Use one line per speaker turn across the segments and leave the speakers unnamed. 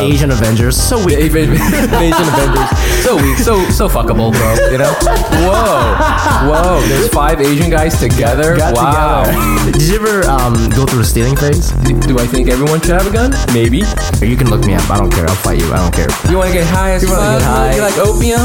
Asian Avengers. So weak.
Asian Avengers. So weak, so so fuckable, bro. You know? Whoa, whoa. There's five Asian guys together.
Got
wow.
together. Did you ever um, go through a stealing phase?
Do I think everyone should have a gun? Maybe.
You can look me up. I don't care. I'll fight you. I don't care.
You want to get high as
wanna
fuck?
get high.
You like opium?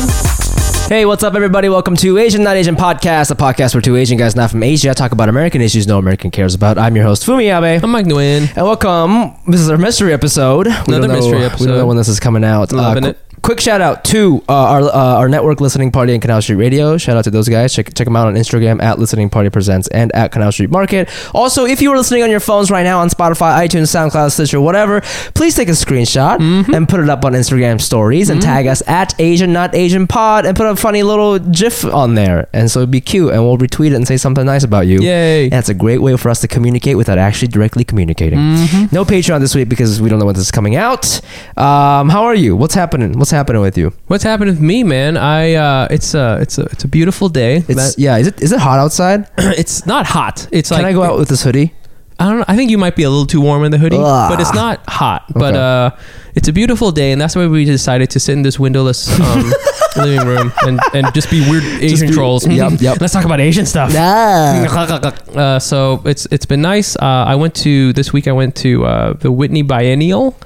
Hey, what's up, everybody? Welcome to Asian Not Asian Podcast, a podcast where two Asian guys not from Asia talk about American issues no American cares about. I'm your host, Fumi Abe.
I'm Mike Nguyen.
And welcome. This is our mystery episode. We don't
Another
know,
mystery
We
episode.
don't know when this is coming out. Uh,
Loving
qu-
it.
Quick shout out to uh, our uh, our network listening party and Canal Street Radio. Shout out to those guys. Check check them out on Instagram at Listening Party Presents and at Canal Street Market. Also, if you are listening on your phones right now on Spotify, iTunes, SoundCloud, Stitcher, whatever, please take a screenshot
Mm-hmm.
and put it up on Instagram stories and tag us at Asian Not Asian Pod and put a funny little GIF on there, and so it'd be cute, and we'll retweet it and say something nice about you.
Yay.
That's a great way for us to communicate without actually directly communicating.
Mm-hmm.
No Patreon this week because we don't know when this is coming out. Um, how are you? What's happening? What's happening with you?
What's happened with me, man? I uh, it's a it's a it's a beautiful day.
It's yeah. Is it is it hot outside?
That- it's not hot. It's
Can
like
I go out with this hoodie?
I don't know. I think you might be a little too warm in the hoodie,
Ugh.
but it's not hot. But
Okay.
uh, it's a beautiful day, and that's why we decided to sit in this windowless um, living room and, and just be weird Asian
be-
trolls.
Yep, yep.
Let's talk about Asian stuff.
Yeah.
Uh, so it's it's been nice. Uh, I went to this week. I went to uh, the Whitney Biennial.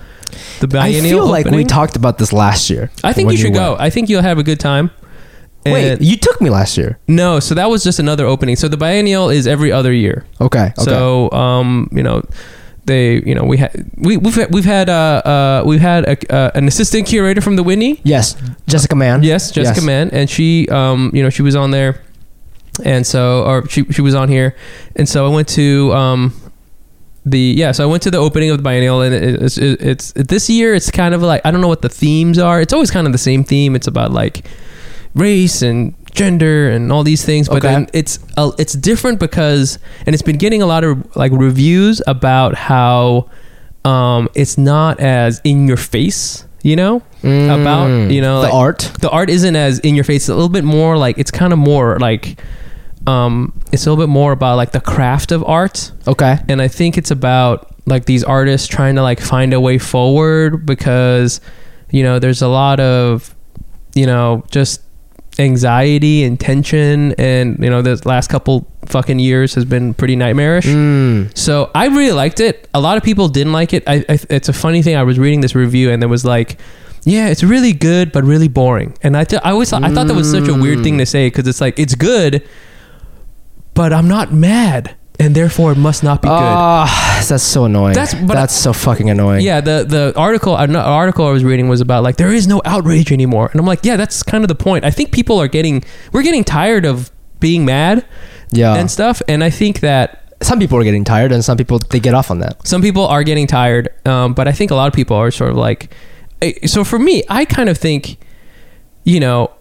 The
I
biennial.
feel like we
opening.
talked about this last year.
I think
when
you should
went.
go. I think you'll have a good time.
Wait,
And-
you took me last year.
no, so that was just another opening. So the biennial is every other year.
Okay. Okay.
So um, you know, they you know we had we we've had, we've had uh, uh we've had a, uh, an assistant curator from the Whitney.
yes, Jessica Mann.
Yes, Jessica
Yes.
Mann, and she um you know she was on there, and so or she she was on here, and so I went to um. The yeah, so I went to the opening of the biennial, and it, it's, it, it's this year. It's kind of like I don't know what the themes are. It's always kind of the same theme. It's about like race and gender and all these things but
Okay.
then it's uh, it's different because and it's been getting a lot of like reviews about how um it's not as in your face you know
Mm.
about you know
the
like,
art.
the art isn't as in your face it's a little bit more like it's kind of more like um it's a little bit more about like the craft of art
Okay.
and I think it's about like these artists trying to like find a way forward because you know there's a lot of you know just anxiety and tension and you know this last couple fucking years has been pretty nightmarish
Mm.
so I really liked it. A lot of people didn't like it. I, I, it's a funny thing. I was reading this review and there was like, yeah, it's really good but really boring. And I, th- I always thought, I thought that was such a weird thing to say because it's like it's good, but I'm not mad, and therefore it must not be good.
Ah, that's so annoying.
That's-
That's
but-
that's so fucking annoying.
Yeah, the the article an article I was reading was about like there is no outrage anymore, and I'm like, yeah, that's kind of the point. I think people are getting we're getting tired of being mad
Yeah.
and stuff, and I think that
some people are getting tired, and some people they get off on that.
some people are getting tired, um, but I think a lot of people are sort of like. eh, So for me, I kind of think, you know,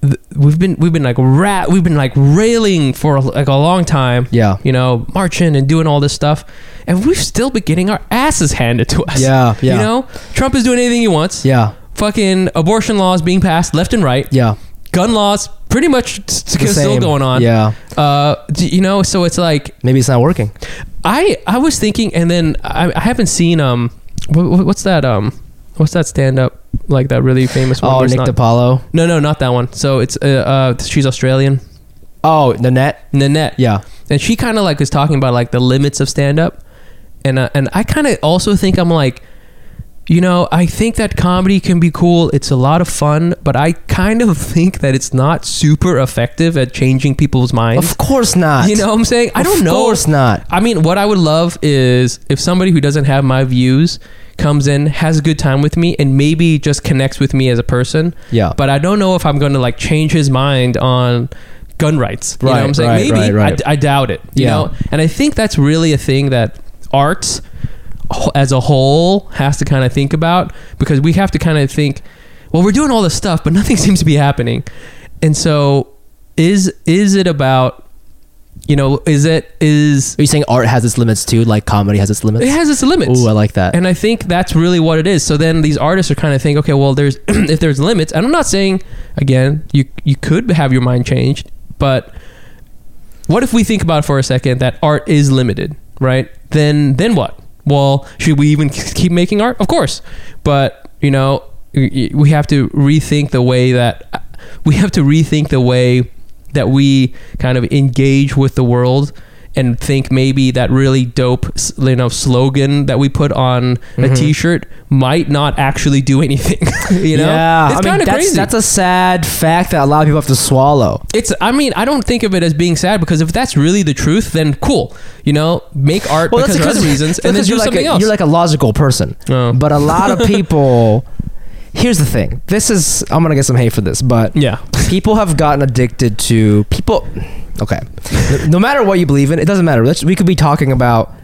th- we've been we've been like rat we've been like railing for like a long time.
Yeah.
You know, marching and doing all this stuff, and we've still been getting our asses handed to us.
Yeah, yeah.
You know, Trump is doing anything he wants.
Yeah.
Fucking abortion laws being passed left and right.
Yeah.
Gun laws pretty much s-
The
still
same.
going on.
Yeah.
Uh, d- you know, so it's like
Maybe it's not working.
I I was thinking, and then I, I haven't seen um wha- wha- what's that um what's that stand up like that really famous one?
Oh,
where it's
Nick
not-
DiPaolo.
no, no, not that one. So it's uh, uh she's Australian,
Oh, Nanette.
Nanette,
Yeah.
and she kind of like was talking about like the limits of stand up, and uh, and I kind of also think I'm like. You know, I think that comedy can be cool. It's a lot of fun, but I kind of think that it's not super effective at changing people's minds.
Of course not.
You know what I'm saying? I don't
Of
know.
course not.
I mean, what I would love is if somebody who doesn't have my views comes in, has a good time with me, and maybe just connects with me as a person.
Yeah.
But I don't know if I'm going to like change his mind on gun rights. You know what I'm
Right,
saying?
right,
maybe.
right, right.
I d- I, doubt it. You
Yeah.
know? And I think that's really a thing that art wh- as a whole has to kind of think about because we have to kind of think, well, we're doing all this stuff, but nothing seems to be happening. And so is is it about you know, is it is
Are you saying art has its limits too? Like comedy has its limits.
it has its limits.
Ooh, I like that.
and I think that's really what it is. So then these artists are kind of thinking, okay, well, there's if there's limits, and I'm not saying again, you you could have your mind changed, but what if we think about for a second that art is limited, right? Then then what? well, should we even keep making art? Of course, but you know, we we have to rethink the way that uh, we have to rethink the way that we kind of engage with the world and think maybe that really dope s- you know slogan that we put on
Mm-hmm.
a t-shirt might not actually do anything you know
yeah,
it's
I mean,
kind of
that's,
crazy
That's a sad fact that a lot of people have to swallow.
it's i mean i don't think of it as being sad because if that's really the truth then cool you know make art because of other reasons and then do
you're like
something
a,
else
You're like a logical person,
Oh.
but a lot of people. Here's the thing. This is I'm gonna get some hate for this, but
yeah
people have gotten addicted to people. Okay, no, no matter what you believe in, it doesn't matter. Let's, we could be talking about.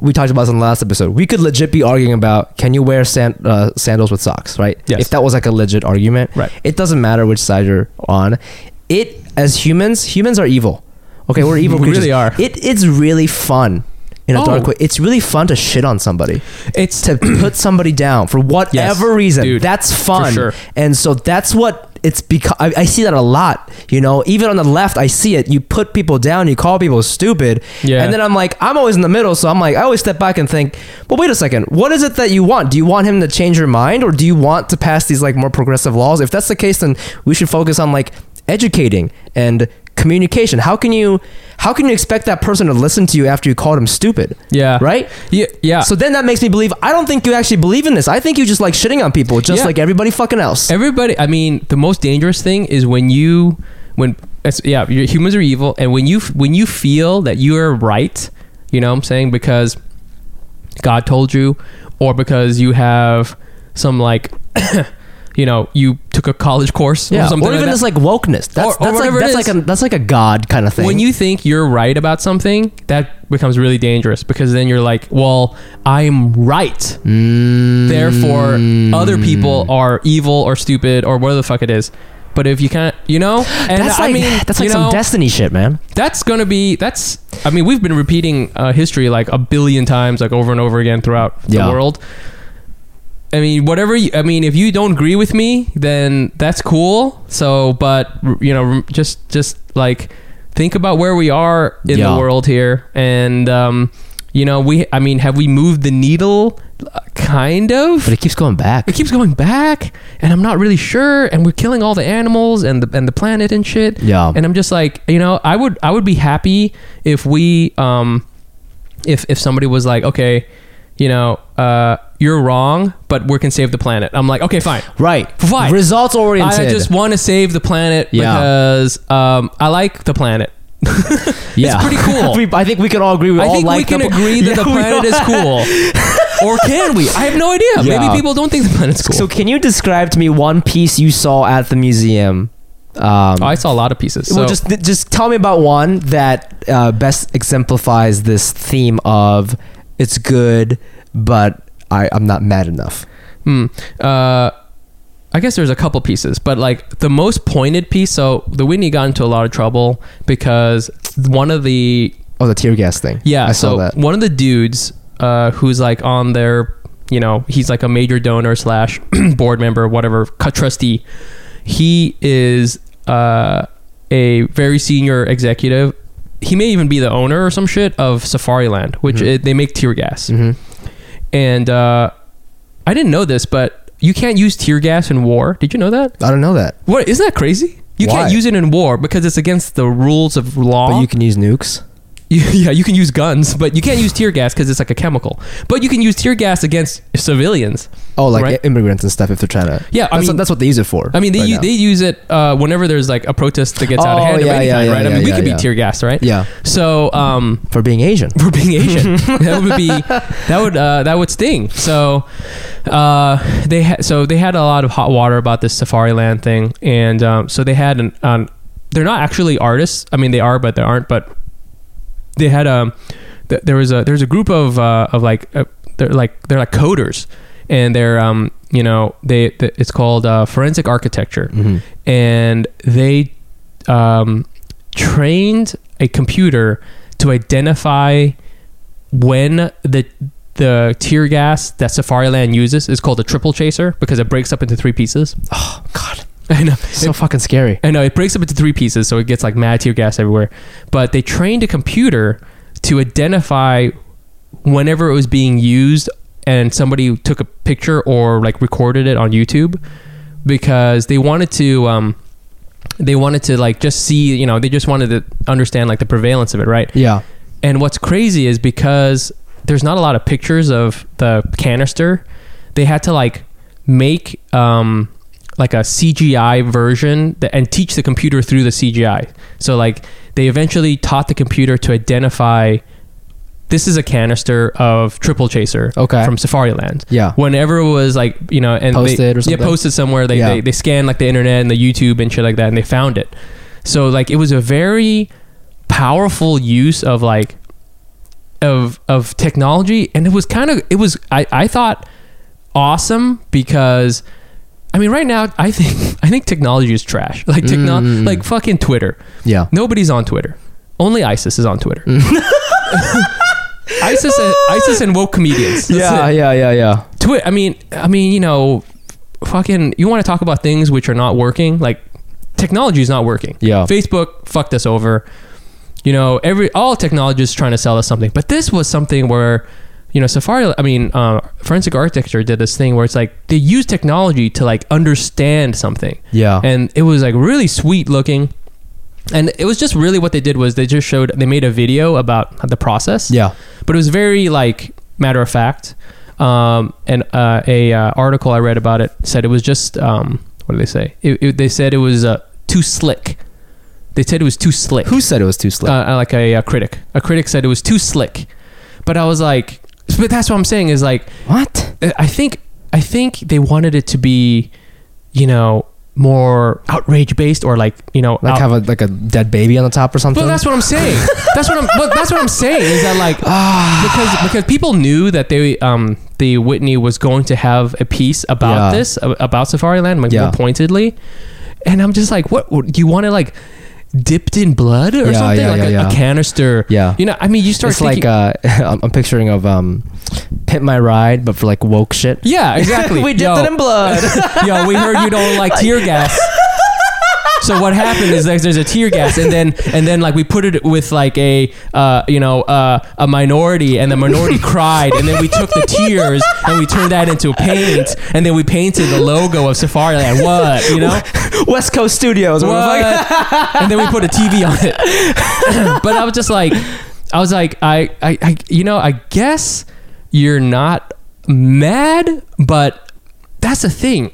We talked about this in the last episode. We could legit be arguing about can you wear sand, uh, sandals with socks, right?
Yes.
If that was like a legit argument,
Right.
It doesn't matter which side you're on. It as humans, humans are evil. Okay, we're evil.
We
creatures.
really are.
It it's really fun in a
Oh.
dark way. It's really fun to shit on somebody
it's
to put somebody down for whatever reason.
dude.
that's fun.
sure.
And so that's what it's because I, I see that a lot. You know, even on the left, I see it. You put people down, you call people stupid.
Yeah.
And then I'm like, I'm always in the middle. So I'm like, I always step back and think, well, wait a second. What is it that you want? Do you want him to change your mind or do you want to pass these like more progressive laws? If that's the case, then we should focus on like educating and communication how can you how can you expect that person to listen to you after you called him stupid
yeah
right
yeah, yeah.
so then that makes me believe I don't think you actually believe in this. I think you just like shitting on people, just
Yeah.
like everybody fucking else.
Everybody, I mean, the most dangerous thing is when you, when it's, yeah, your, humans are evil, and when you when you feel that you are right, you know, what I'm saying because God told you, or because you have some like, you know, you took a college course or
yeah, or
something.
even
like that.
this like wokeness. That's,
Or- or
that's like
whatever it
that's
is.
like a that's like a god kind of thing.
When you think you're right about something, that becomes really dangerous because then you're like, well, I'm right.
Mm.
Therefore, other people are evil or stupid or whatever the fuck it is. But if you can't, you know, and
that's
I
like
mean,
that's like
you
some
know,
destiny shit, man.
that's gonna be that's. I mean, we've been repeating uh, history like a billion times, like over and over again throughout
Yeah.
the world. I mean, whatever. You, I mean, if you don't agree with me, then that's cool. So, but r- you know, rem- just just like think about where we are in
Yeah.
the world here, and um, you know, we. I mean, have we moved the needle? Uh, Kind of
But it keeps going back.
it keeps going back and i'm not really sure and we're killing all the animals and the and the planet and shit
Yeah.
and i'm just like you know i would i would be happy if we um if if somebody was like okay you know uh you're wrong but we can save the planet i'm like okay fine
Right.
Fine.
Results oriented.
i just want to save the planet
Yeah.
because um i like the planet
yeah.
pretty cool.
We- I think we can all agree. We
I
all
think
like
we
the-
can agree that
Yeah,
the
we all-
planet is cool. or can we? I have no idea.
Yeah.
Maybe people don't think the planet's cool.
So can you describe to me one piece you saw at the museum? Um,
Oh, I saw a lot of pieces. So
well, just th- just tell me about one that uh, best exemplifies this theme of it's good, but I, I'm not mad enough.
Hmm. Uh, I guess there's a couple pieces, but like the most pointed piece. So the Whitney got into a lot of trouble because one of the
Oh, the tear gas thing.
yeah,
I saw
so
that.
one of the dudes uh, who's like on their, you know, he's like a major donor slash board member, whatever, cu- trustee. He is uh, a very senior executive. He may even be the owner or some shit of Safariland, which
Mm-hmm.
it, they make tear gas. And uh, I didn't know this, but you can't use tear gas in war. Did you know that?
I don't know that,
What isn't that crazy? You
Why?
can't use it in war because it's against the rules of law.
but you can use nukes.
You- yeah, you can use guns, but you can't use tear gas because it's like a chemical. But you can use tear gas against civilians.
Oh, like
Right.
immigrants and stuff if they're trying to.
Yeah, I
that's,
mean-
that's what they use it for.
I mean, they
right
u-
now.
they use it uh, whenever there's like a protest that gets out of
Oh,
hand of
yeah,
any
yeah,
kind,
yeah,
right? I
yeah,
mean, we
yeah,
could
yeah.
be tear gas, right?
yeah
So, um,
for being Asian.
for being Asian, that would be that would uh, that would sting. So, uh, they ha- so they had a lot of hot water about this Safari Land thing, and um, so they had an. Um, they're not actually artists. I mean, they are, but they aren't. But they had um th- there was a there's a group of uh, of like uh, they're like they're like coders and they're um you know they, th it's called uh, forensic architecture
Mm-hmm.
and they um trained a computer to identify when the the tear gas that Safariland uses is called a triple chaser because it breaks up into three pieces.
Oh God,
I know.
so fucking scary.
I know it breaks up into three pieces, so it gets like mad tear gas everywhere. But they trained a computer to identify whenever it was being used and somebody took a picture or like recorded it on YouTube because they wanted to um they wanted to like just see, you know, they just wanted to understand like the prevalence of it, right?
Yeah.
And what's crazy is because there's not a lot of pictures of the canister, they had to like make um, like a CGI version that, and teach the computer through the CGI. So like they eventually taught the computer to identify this is a canister of Triple Chaser
Okay.
from Safari Land.
Yeah.
Whenever it was like you know and
Posted
they,
or something?
yeah posted somewhere they,
Yeah.
they they scanned like the internet and the YouTube and shit like that and they found it. So like it was a very powerful use of like of of technology and it was kind of it was I, I thought awesome because I mean right now I think I think technology is trash. Like techno-
Mm.
like fucking Twitter.
Yeah.
Nobody's on Twitter. Only ISIS is on Twitter.
Mm.
ISIS and, ISIS and woke comedians. That's
Yeah,
it.
yeah, yeah, yeah.
Twi- I mean, I mean, you know, fucking. You want to talk about things which are not working? Like technology is not working.
Yeah.
Facebook fucked us over. You know, every all technology is trying to sell us something, but this was something where, you know, Safari. I mean, uh, forensic architecture did this thing where it's like they use technology to like understand something
Yeah.
and it was like really sweet looking and it was just really what they did was they just showed they made a video about the process
yeah.
but it was very like matter of fact um, and uh, a uh, article i read about it said it was just um, what did they say it, it- they said it was uh, too slick they said it was too slick
Who said it was too slick?
uh, like a, uh critic a critic said it was too slick but i was like but that's what i'm saying is like uh,
what?
I think I think they wanted it to be, you know, more outrage based or like you know,
Like
out-
have a like a dead baby on the top or something?
but that's what I'm saying. that's what I'm. But that's what I'm saying is that like
Ah.
because because people knew that they um the Whitney was going to have a piece about
Yeah.
this a- about Safari Land like
Yeah.
more pointedly, and I'm just like, what do you want to like dipped in blood or
Yeah,
something
yeah,
like
yeah,
a,
yeah.
a canister?
yeah.
You know, I mean, you start
it's
thinking,
like uh, I'm I'm picturing of um, pimp my ride, but for like woke shit.
yeah, exactly.
we dipped
Yo.
it in blood.
Yo, we heard you don't like tear gas. So what happened is like there's a tear gas, and then and then like we put it with like a uh, you know uh, a minority, and the minority cried, and then we took the tears and we turned that into paint, and then we painted the logo of Safari Land. What you know?
West Coast Studios. motherfucker.
What? and then we put a TV on it. but I was just like, I was like, I, I, I, you know, I guess you're not mad, but that's the thing.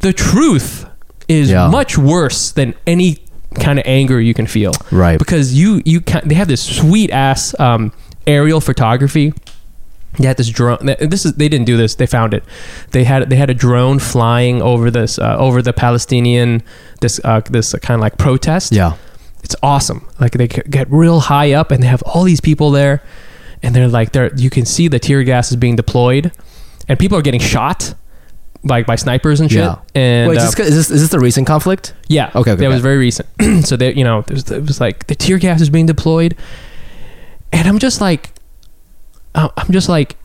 The truth is
Yeah.
much worse than any kind of anger you can feel
Right.
because you you can they have this sweet ass um, aerial photography. They had this drone. This is they didn't do this. They found it. They had they had a drone flying over this uh, over the Palestinian this uh, this kind of like protest.
Yeah.
It's awesome. Like they g- get real high up and they have all these people there, and they're like they're you can see the tear gas is being deployed, and people are getting shot. Like by snipers and shit,
Yeah.
and
Wait,
uh,
is this, is this is this the recent conflict?
yeah.
Okay, okay,
That
okay.
was very recent. so they, you know, it was, it was like the tear gas is being deployed, and I'm just like, I- I'm just like,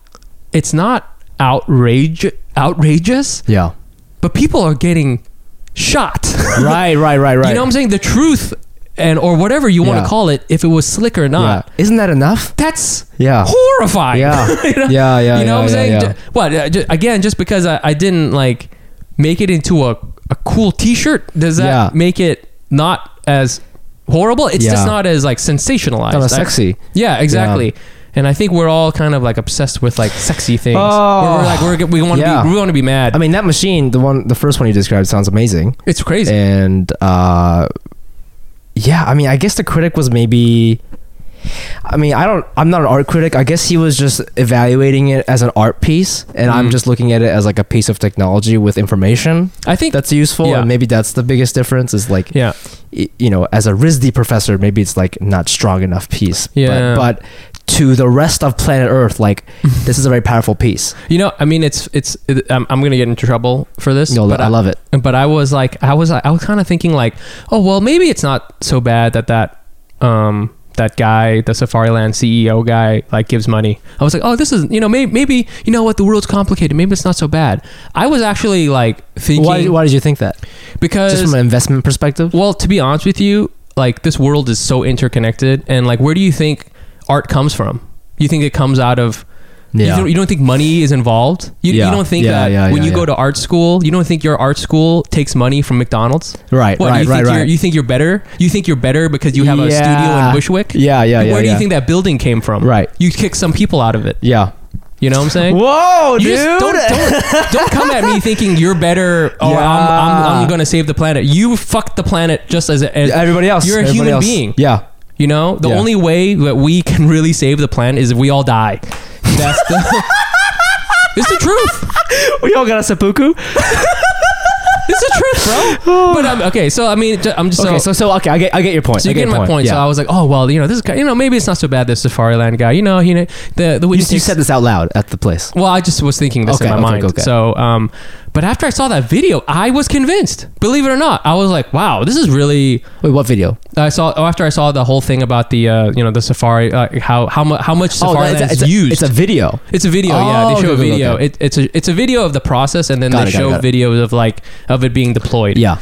it's not outrage outrageous,
Yeah.
but people are getting shot.
right. Right. Right. Right.
You know what I'm saying? The truth and or whatever you want
Yeah.
to call it, if it was slick or not,
Yeah. Isn't that enough?
that's
Yeah.
horrifying.
Yeah.
You know?
Yeah. Yeah.
you
yeah,
know what I'm
yeah,
saying?
yeah.
Ju- What? uh, ju- again, just because I, I didn't like make it into a, a cool T-shirt, does that
Yeah.
make it not as horrible? It's
Yeah.
just not as like sensationalized.
Kinda
I-
sexy.
yeah, exactly. And I think we're all kind of like obsessed with like sexy things.
Oh.
Where we're like we're, g- we want to
Yeah.
be we want to be mad.
I mean, that machine, the one, the first one you described, sounds amazing.
it's crazy.
And uh, yeah, I mean, I guess the critic was maybe. I mean, I don't. I'm not an art critic. I guess he was just evaluating it as an art piece, and I'm
Mm.
just looking at it as like a piece of technology with information
I think
that's useful.
Yeah.
And maybe that's the biggest difference. Is like,
yeah,
y- you know, as a RISD professor, maybe it's like not strong enough piece.
Yeah.
But, but to the rest of planet Earth, like this is a very powerful piece.
you know, I mean, it's it's. It, I'm, I'm gonna get into trouble for this.
No,
but
I
I-
love it.
but I was like, I was, I was kind of thinking like, oh well, maybe it's not so bad that that, um, that guy, the Safariland CEO E guy, like gives money. I was like, oh, this is, you know, maybe, maybe, you know what, the world's complicated. Maybe it's not so bad. I was actually like thinking
Why, why did you think that? Just
because,
from an investment perspective?
well, to be honest with you, like this world is so interconnected, and like, where do you think art comes from? you think it comes out of
Yeah.
You, don't, you don't think money is involved. You,
Yeah.
you don't think
Yeah,
that
yeah,
when
yeah,
you
yeah.
go to art school, you don't think your art school takes money from McDonald's.
right.
What
right.
you
Right.
think
Right.
You're, you think you're better? You think you're better because you have a studio
Yeah.
in Bushwick?
yeah. Yeah. Yeah.
Where do
yeah.
you think that building came from?
Right.
You kicked some people out of it.
Yeah.
You know what I'm saying?
Whoa,
You just don't, don't don't come at me thinking you're better or I'm, I'm,
Yeah.
I'm gonna save the planet. You fucked the planet just as, as
Everybody else.
You're a
everybody
human
else.
being.
Yeah.
You know, the
Yeah.
only way that we can really save the planet is if we all die. That's the. it's the truth.
We all got a seppuku.
It's the truth, bro. But I'm okay. So I mean, ju- I'm just
okay, so so okay, I get I get your point.
So
I
you get my point. So I was like, oh well, you know, this guy, you know, maybe it's not so bad. This Safari Land guy, you know, he the the
you,
witness
you said this out loud at the place.
Well, I just was thinking this
Okay,
in my
okay,
mind.
okay.
So, um, but after I saw that video, I was convinced. Believe it or not, I was like, wow, this is really.
Wait, what video?
I saw oh, after I saw the whole thing about the uh, you know the Safari uh, how how mu- how much Safari
Oh, it's,
Land
a,
Oh, is
it's, a,
used.
it's a video.
It's a video, yeah.
Oh,
They
okay,
show a
okay,
video.
okay.
It, it's a it's a video of the process, and then
Got
they
it, got it,
show
got it.
videos of like of it being deployed.
Yeah,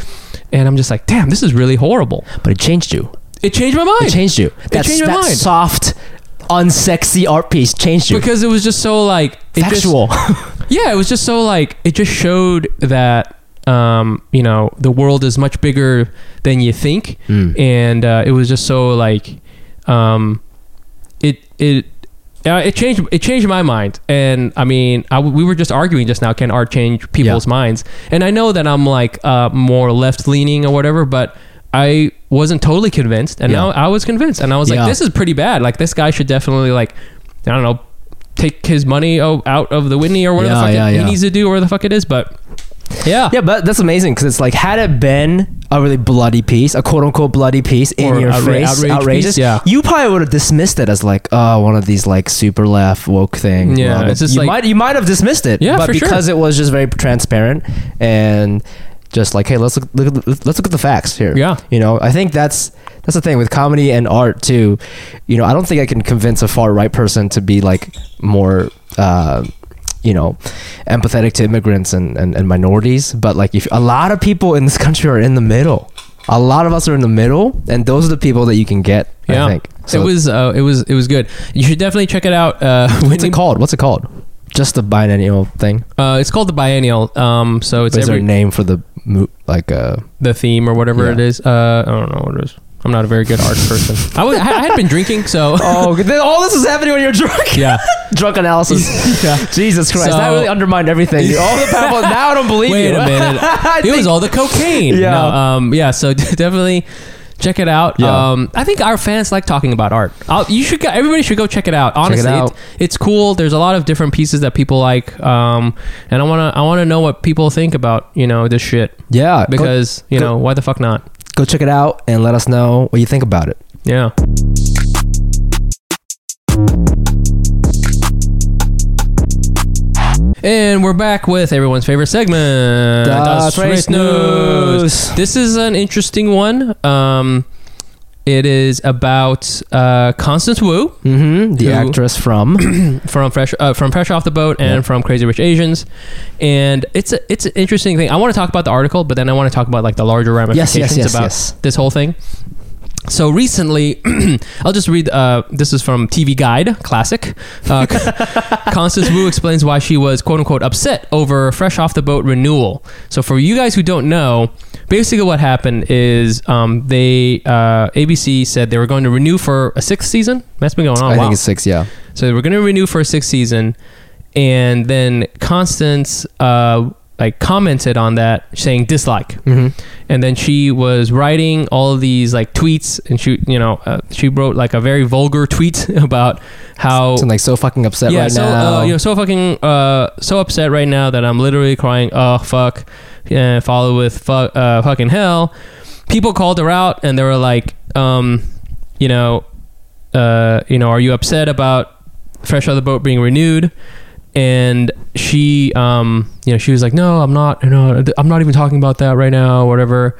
and I'm just like, damn, this is really horrible.
but it changed you.
It changed my mind
It changed you. That's,
changed my
that
mind.
soft, unsexy art piece changed you.
because it was just so like it just-
Factual.
yeah, it was just so like it just showed that um, you know the world is much bigger than you think,
Mm.
and uh, it was just so like um, it it. Uh, it changed. It changed my mind, and I mean, I w we were just arguing just now. Can art change people's minds? And I know that I'm like uh, more left leaning or whatever, but I wasn't totally convinced, and
Yeah.
now I was convinced, and I was
Yeah.
like, this is pretty bad. Like this guy should definitely like, I don't know, take his money oh, out of the Whitney or whatever
Yeah,
the fuck
yeah,
it,
yeah.
he needs to do, or the fuck it is. But yeah,
yeah, but that's amazing because it's like had it been a really bloody piece, a quote unquote bloody piece in
Or
your
outra-
face,
outrage piece,
outrageous.
yeah.
you probably would have dismissed it as like, oh, one of these like super left woke things.
Yeah, it's just
you
like-
might you might have dismissed it.
Yeah,
but
for sure.
because it was just very transparent and just like, hey, let's look, look at the- let's look at the facts here.
Yeah.
you know, I think that's that's the thing with comedy and art too. You know, I don't think I can convince a far right person to be like more. Uh, you know, empathetic to immigrants and, and, and minorities. But like, if a lot of people in this country are in the middle, a lot of us are in the middle, and those are the people that you can get.
Yeah.
I think.
it was uh, it was it was good. You should definitely check it out. Uh,
What's
Whitney,
it called? What's it called? Just the biennial thing.
uh, it's called the biennial. Um, so it's
Is there
every
a name for the mo- like? Uh,
the theme or whatever
Yeah.
it is. Uh, I don't know what it is. I'm not a very good art person. I was I had been drinking, so
oh, then all this is happening when you're drunk.
yeah.
drunk analysis.
Yeah.
Jesus Christ,
So-
that really undermined everything. dude. All the people now I don't believe
Wait
you.
a minute.
I
it was
think-
all the cocaine.
Yeah.
Yeah. No, um, yeah. So definitely check it out.
Yeah.
Um, I think our fans like talking about art. I'll, you should. Go, everybody should go check it out. Honestly,
out.
it's cool. There's a lot of different pieces that people like. Um, and I wanna I wanna know what people think about you know this shit
yeah. Because
because you
go-
know why the fuck not?
go check it out and let us know what you think about it.
Yeah. And we're back with everyone's favorite segment.
Das Race News.
This is an interesting one. Um, it is about uh, Constance Wu
Mm-hmm. The
Who-
actress from
from Fresh uh, from Fresh Off the Boat and
Yeah.
from Crazy Rich Asians, and it's a, it's an interesting thing. I want to talk about the article, but then I want to talk about like the larger
yes,
ramifications
yes, yes,
about
yes.
this whole thing. So recently, I'll just read. Uh, this is from TV Guide, classic. Uh, Constance Wu explains why she was "quote unquote" upset over Fresh Off the Boat renewal. So for you guys who don't know, basically what happened is um, they uh, ABC said they were going to renew for a sixth season. That's been going on.
I
a while.
think it's six. Yeah.
So they we're going to renew for a sixth season, and then Constance uh, like commented on that, saying dislike,
Mm-hmm.
and then she was writing all of these like tweets, and she you know uh, she wrote like a very vulgar tweet about how.
I'm like Oh. so fucking upset
yeah,
right
so
now.
Uh, you know, so fucking uh, so upset right now that I'm literally crying. Oh fuck, and follow with fuck, uh, fucking hell. People called her out and they were like, um, you know, uh, you know, are you upset about Fresh Out of the Boat being renewed? And she, um, you know, she was like, no, I'm not, you know, I'm not even talking about that right now, or whatever.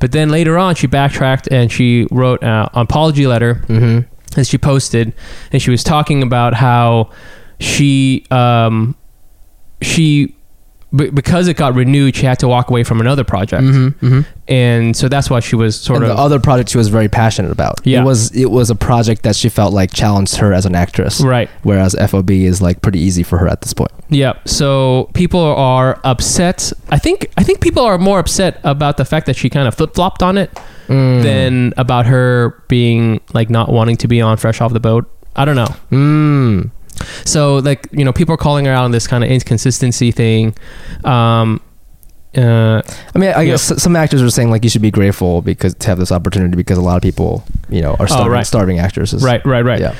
But then later on, she backtracked and she wrote uh, an apology letter
mm-hmm.
and she posted and she was talking about how she um she be- because it got renewed, she had to walk away from another project,
Mm-hmm, mm-hmm.
and so that's why she was sort
And the
of
other project she was very passionate about.
Yeah.
It was it was a project that she felt like challenged her as an actress.
right.
Whereas FOB is like pretty easy for her at this point.
Yeah. So people are upset. I think I think people are more upset about the fact that she kind of flip flopped on it
Mm.
than about her being like not wanting to be on Fresh Off the Boat. I don't know.
Mm.
So like you know people are calling her out on this kind of inconsistency thing. Um, uh,
I mean, I guess s- some actors are saying like you should be grateful because to have this opportunity because a lot of people, you know, are starving,
Oh, right.
starving actresses.
right. Right. Right.
Yeah.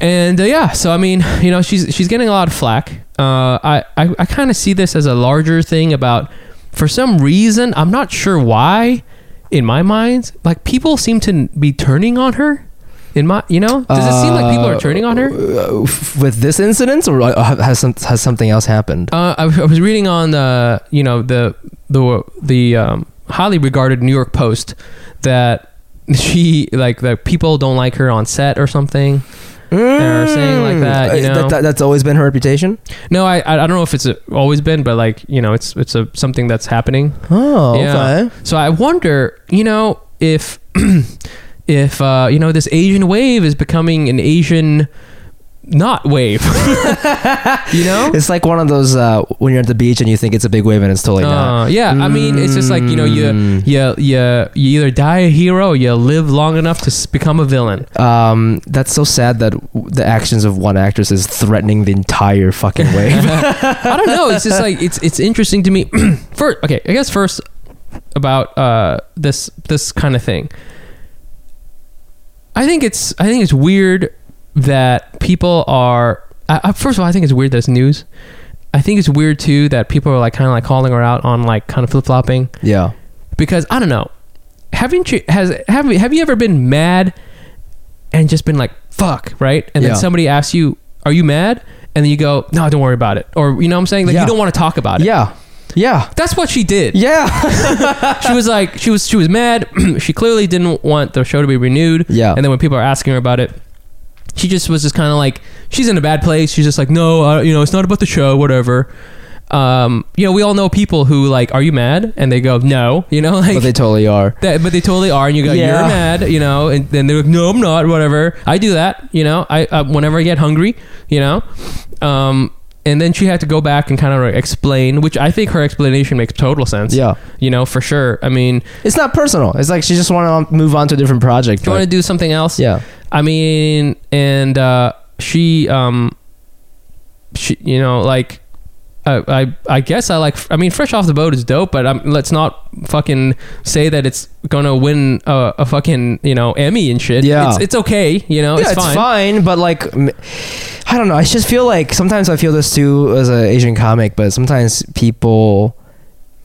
And uh, yeah, so I mean, you know, she's she's getting a lot of flack. Uh, I I, I kind of see this as a larger thing about, for some reason, I'm not sure why, in my mind, like people seem to be turning on her. In my, you know, does it seem like people are
Uh,
turning on her?
uh, f- with this incident, or uh, has some, has something else happened?
Uh, I, I was reading on the, you know, the the the um, highly regarded New York Post that she like that people don't like her on set or something. They're saying like that, you
Uh,
know.
that, that's always been her reputation.
No, I I I don't know if it's uh always been, but like you know, it's it's a something that's happening.
Oh,
Yeah.
okay.
So I wonder, you know, if if uh, you know this Asian wave is becoming an Asian not wave, you know.
It's like one of those uh, when you're at the beach and you think it's a big wave and it's totally not.
Uh, yeah, I mean, it's just like you know, you
Mm.
you you you either die a hero, you live long enough to s- become a villain.
Um, that's so sad that w- the actions of one actress is threatening the entire fucking wave.
I don't know. It's just like it's it's interesting to me. first, okay, I guess first about uh, this this kind of thing. I think it's I think it's weird that people are. I, I, first of all, I think it's weird that it's news. I think it's weird too that people are like kind of like calling her out on like kind of flip flopping
yeah.
because I don't know. Haven't you has have have you ever been mad and just been like fuck right? And
Yeah.
then somebody asks you, "Are you mad?" And then you go, "No, don't worry about it." Or you know what I'm saying? Like
Yeah.
you don't want to talk about it.
Yeah. Yeah.
That's what she did.
Yeah.
She was like she was she was mad. she clearly didn't want the show to be renewed.
Yeah.
And then when people are asking her about it, she just was just kind of like she's in a bad place. She's just like, "No, uh, you know, it's not about the show, whatever." Um, you know, we all know people who like, "Are you mad?" and they go, "No." You know, like
but they totally are.
that, but they totally are, and you go,
Yeah.
you're mad, you know, and then they're like, no, I'm not, whatever. I do that, you know. I uh, whenever I get hungry, you know, um, and then she had to go back and kind of like explain, which I think her explanation makes total sense.
Yeah.
you know, for sure. I mean,
It's not personal. It's like she just want to move on to a different project.
do you
but-
want to do something else?
yeah.
I mean, and uh, she, um, she, you know, like, I, I, I guess I like. I mean, Fresh Off the Boat is dope, but um, let's not fucking say that it's gonna win uh, a, a fucking you know Emmy and shit.
Yeah.
it's, it's okay. You know,
yeah,
it's, fine.
but like, m- I don't know. I just feel like sometimes I feel this too as an Asian comic, but sometimes people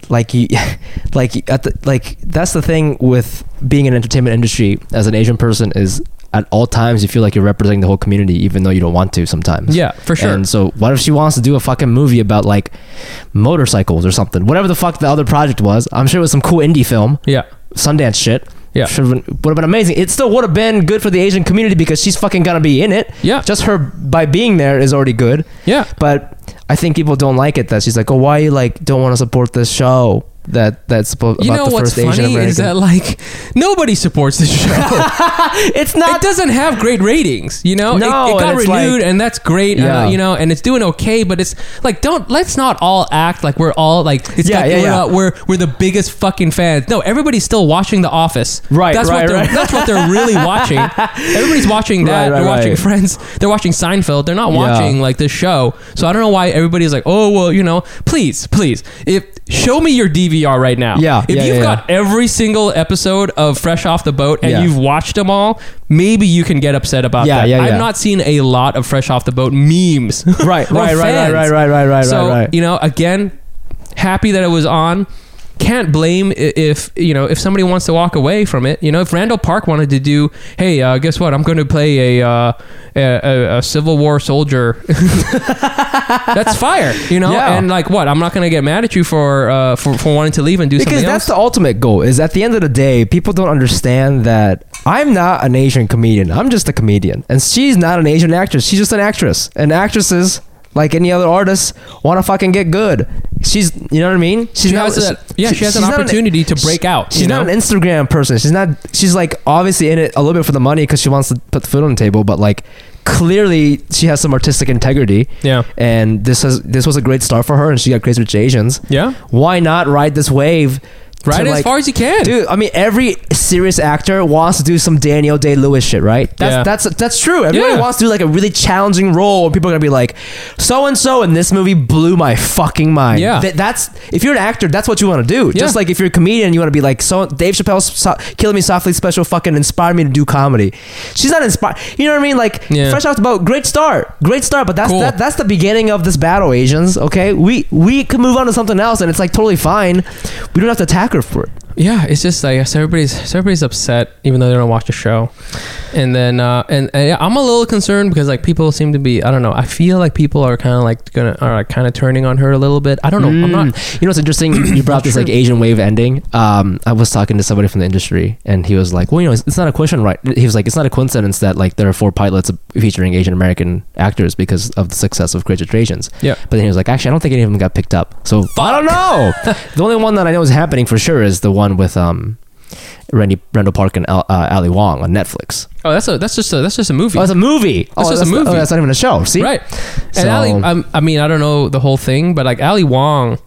like you, like at the, like that's the thing with being in entertainment industry as an Asian person is at all times you feel like you're representing the whole community, even though you don't want to sometimes.
Yeah, for sure.
And so, what if she wants to do a fucking movie about like motorcycles or something? Whatever the fuck the other project was, I'm sure it was some cool indie film.
yeah,
Sundance shit.
Yeah.
Should have would have been amazing. It still would have been good for the Asian community because she's fucking gonna be in it.
yeah,
Just her by being there is already good.
yeah.
But I think people don't like it that she's like, oh, why you like don't want to support this show that that's supposed
You
about
know
the
what's
first Asian
funny
American.
is that like nobody supports this show.
it's not.
it doesn't have great ratings. You know,
No,
it, it got
and it's
renewed,
like-
and that's great.
Yeah.
Uh, you know, and it's doing okay, but it's like don't let's not all act like we're all like it's
Yeah,
got-
yeah,
we're,
yeah.
uh, we're we're the biggest fucking fans. No, everybody's still watching The Office.
Right,
that's
right,
what they're,
right.
That's what they're really watching. Everybody's watching that.
Right, right,
they're watching
right.
Friends. They're watching Seinfeld. They're not
Yeah.
watching like this show. So I don't know why everybody's like, oh well, you know, please, please, if show me your DVR right now.
Yeah,
if
yeah,
you've
yeah,
got every single episode of Fresh Off the Boat and
Yeah.
you've watched them all, maybe you can get upset about
Yeah,
that.
yeah,
I've
yeah.
not seen a lot of Fresh Off the Boat memes.
right,
Or
right, right, right,
fans.
right, right, right, right,
so,
right.
you know, again, happy that it was on. Can't blame i- if you know if somebody wants to walk away from it. You know, if Randall Park wanted to do, hey, uh, guess what? I'm going to play a, uh, a, a a Civil War soldier. That's fire, you know.
Yeah.
And like, what? I'm not going to get mad at you for uh, for for wanting to leave and do
because
something
that's the
else.
ultimate goal is at the end of the day people don't understand that i'm not an asian comedian i'm just a comedian and she's not an asian actress she's just an actress and actresses like any other artist, want to fucking get good. She's, you know what I mean? She's
she has that, yeah, she, has an
she's not an-
opportunity to break out.
She's
you know?
not an Instagram person. She's not. She's like obviously in it a little bit for the money because she wants to put the food on the table. But like clearly, she has some artistic integrity,
yeah,
and this has this was a great start for her. And she got crazy with Asians.
yeah.
Why not ride this wave? to,
Right as
like-
far as you can.
Dude, I mean, every serious actor wants to do some Daniel Day Lewis shit, right? That's
Yeah.
that's that's true. Everybody
Yeah.
wants to do like a really challenging role where people are gonna be like, so and so in this movie blew my fucking mind.
Yeah.
Th- that's if you're an actor, that's what you want to do.
Yeah.
Just like if you're a comedian, you want to be like, so Dave Chappelle's so- Killing Me Softly special fucking inspired me to do comedy. She's not inspired. You know what I mean? Like
Yeah.
fresh off the boat, great start, great start. But that's
Cool.
that, that's the beginning of this battle, Asians. Okay, we we can move on to something else, and it's like totally fine. We don't have to attack her for it.
yeah, it's just like so everybody's so everybody's upset even though they don't watch the show, and then uh, and, and yeah, I'm a little concerned because like people seem to be I don't know I feel like people are kind of like gonna are like kind of turning on her a little bit. I don't know. I'm not.
Mm. You know what's interesting? You brought this like Asian wave ending. Um, I was talking to somebody from the industry, and he was like, "Well, you know, it's, it's not a question, right?" He was like, "It's not a coincidence that like there are four pilots featuring Asian American actors because of the success of Great Asians."
Yeah.
But then he was like, "Actually, I don't think any of them got picked up." So I don't know. the only one that I know is happening for sure is the one with um, Randy Randall Park and Al, uh, Ali Wong on Netflix.
Oh, that's a that's just a that's just a movie.
Oh, it's a movie. oh,
just a
that's-
movie.
Oh, that's not even a show. See,
Right. And
So-
Ali, I'm, I mean, I don't know the whole thing, but like Ali Wong,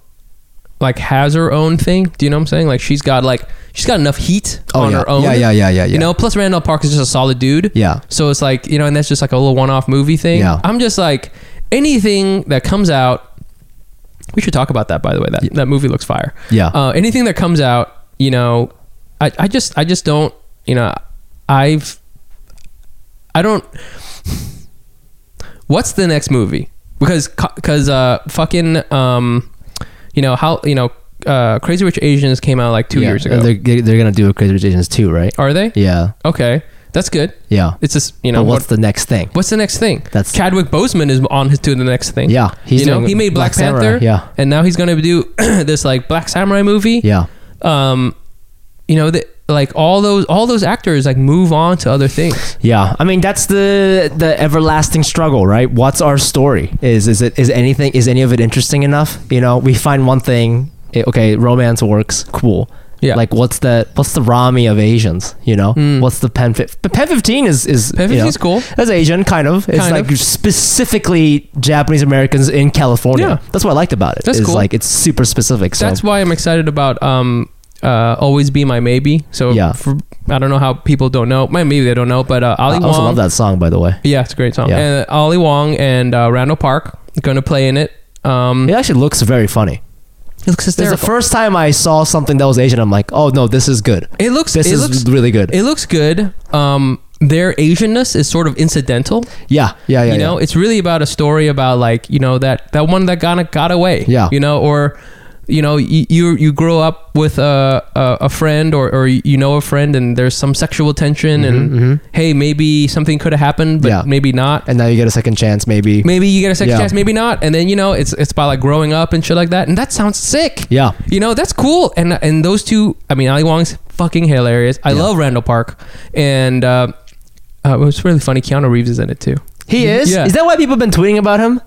like has her own thing. Do you know what I'm saying? Like she's got like she's got enough heat
Oh,
on
yeah.
her own.
Yeah, yeah, yeah, yeah, yeah.
You know, plus Randall Park is just a solid dude.
Yeah.
So it's like you know, and that's just like a little one-off movie thing.
Yeah.
I'm just like anything that comes out. We should talk about that, by the way. That that movie looks fire.
Yeah.
Uh, anything that comes out, you know, I, I just I just don't you know I've I don't. What's the next movie? Because because uh fucking um, you know how you know uh Crazy Rich Asians came out like two
Yeah.
years ago.
They're, they're gonna do a Crazy Rich Asians too, right?
Are they?
Yeah.
Okay, that's good.
Yeah.
It's just you know
But
what,
what's the next thing?
what's the next thing?
That's-
Chadwick Boseman is on his to the next thing.
Yeah, he's
you know
doing
he made Black,
Black Samurai,
Panther.
yeah.
and now he's gonna do this like Black Samurai movie.
Yeah.
um, you know that like all those all those actors like move on to other things.
Yeah. I mean that's the the everlasting struggle, right? What's our story? Is is it is anything is any of it interesting enough? You know, we find one thing, eh, okay, romance works, cool.
Yeah.
Like what's the what's the Rami of Asians, you know?
Mm.
What's the Pen Fif- but Pen 15 is is
Pen
you know,
15 is cool.
That's Asian kind of. It's
Kind
like
of.
specifically Japanese Americans in California.
Yeah.
That's what I liked about it.
That's
is
cool.
like it's super specific. So
That's why I'm excited about um, uh, always be my maybe. So
Yeah.
for, I don't know how people don't know. Well, Maybe they don't know, but uh, Ali
I also
Wong.
love that song by the way.
Yeah, it's a great song.
Yeah.
And uh, Ali Wong and uh, Randall Park going to play in it. Um,
It actually looks very funny.
It looks
This is
hysterical.
the first time I saw something that was Asian. I'm like, oh no, this is good.
it looks.
This
it
is
looks.
really good.
It looks good. Um, their Asianness is sort of incidental.
yeah, yeah, yeah.
you know, it's really about a story about like you know that that one that got got away.
Yeah.
you know, or you know you you, you grow up with a, a a friend or or you know a friend and there's some sexual tension and hey maybe something could have happened but
Mm-hmm, Yeah.
maybe not.
and now you get a second chance, maybe.
Maybe you get a second
Yeah.
chance, maybe not, and then you know it's it's about like growing up and shit like that, and that sounds sick.
Yeah,
You know, that's cool. And and those two, I mean, Ali Wong's fucking hilarious. I love Randall Park. And uh, uh, it was really funny. Keanu Reeves is in it too.
he is.
Yeah.
Is that why people have been tweeting about him?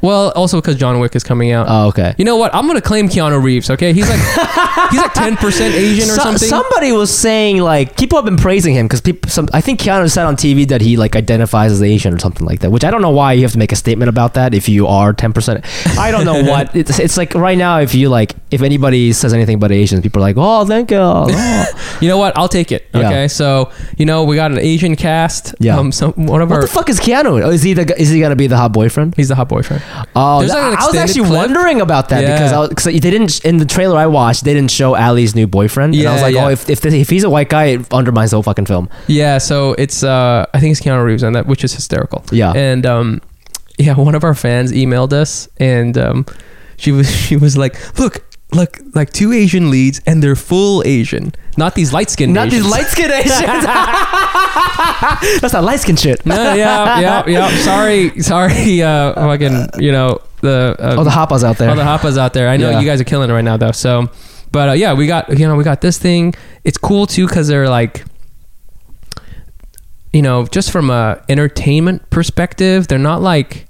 Well, also because John Wick is coming out.
Oh, okay.
you know what? I'm gonna claim Keanu Reeves. Okay, he's like he's like 10 percent Asian or
So-
something.
Somebody was saying like people have been praising him because people. Some, I think Keanu said on TV that he like identifies as Asian or something like that. Which I don't know why you have to make a statement about that if you are ten percent. I don't know what it's, it's like right now. If you like, if anybody says anything about Asians, people are like, oh, thank you. Oh.
you know what? I'll take it.
Yeah.
Okay, so you know we got an Asian cast.
Yeah.
um, some one of
what
our
the fuck is Keanu? Oh, is he the? Is he gonna be the hot boyfriend?
he's the hot boyfriend.
Oh,
There's, like, an
I was
extended
actually
clip.
wondering about that
Yeah.
because I was, cause they didn't in the trailer I watched they didn't show Ali's new boyfriend and I was
Yeah,
like
yeah.
oh if if, this, if he's a white guy it undermines the whole fucking film
Yeah, so it's uh I think it's Keanu Reeves on that, which is hysterical.
Yeah.
And um yeah, one of our fans emailed us and um she was she was like, Look, look, like two Asian leads and they're full Asian. Not these light skinned
not these light skin Asians that's not light skin shit
No, yeah, yeah, yeah. Sorry, sorry, uh fucking you know, the uh,
oh the hoppas out there
all the hoppas out there. I know
Yeah.
you guys are killing it right now though. So, but uh, yeah, we got you know we got this thing. It's cool too because they're like, you know, just from a entertainment perspective, they're not like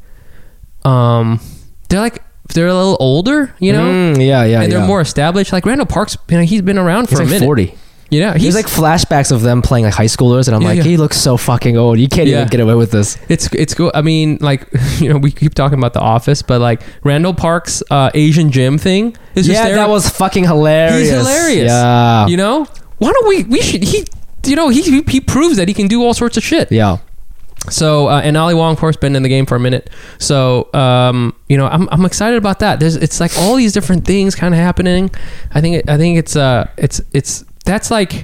um, they're like they're a little older, you know,
Mm, yeah, yeah,
and they're
yeah.
more established. Like Randall Parks, you know, he's been around
He's
for
like
a minute.
forty.
Yeah,
He's, like flashbacks of them playing like high schoolers, and I'm
Yeah,
like,
yeah.
he looks so fucking old. You can't
Yeah.
even get away with this.
It's it's cool. I mean, like you know, we keep talking about The Office, but like Randall Parks' uh, Asian gym thing is
yeah,
hysterical.
that was fucking hilarious.
He's hilarious.
Yeah,
you know. Why don't we? We should. He, you know, he he- he proves that he can do all sorts of shit.
yeah.
So uh, and Ali Wong, of course, been in the game for a minute. So um, you know, I'm, I'm excited about that. There's it's like all these different things kind of happening. I think it, I think it's uh it's it's that's like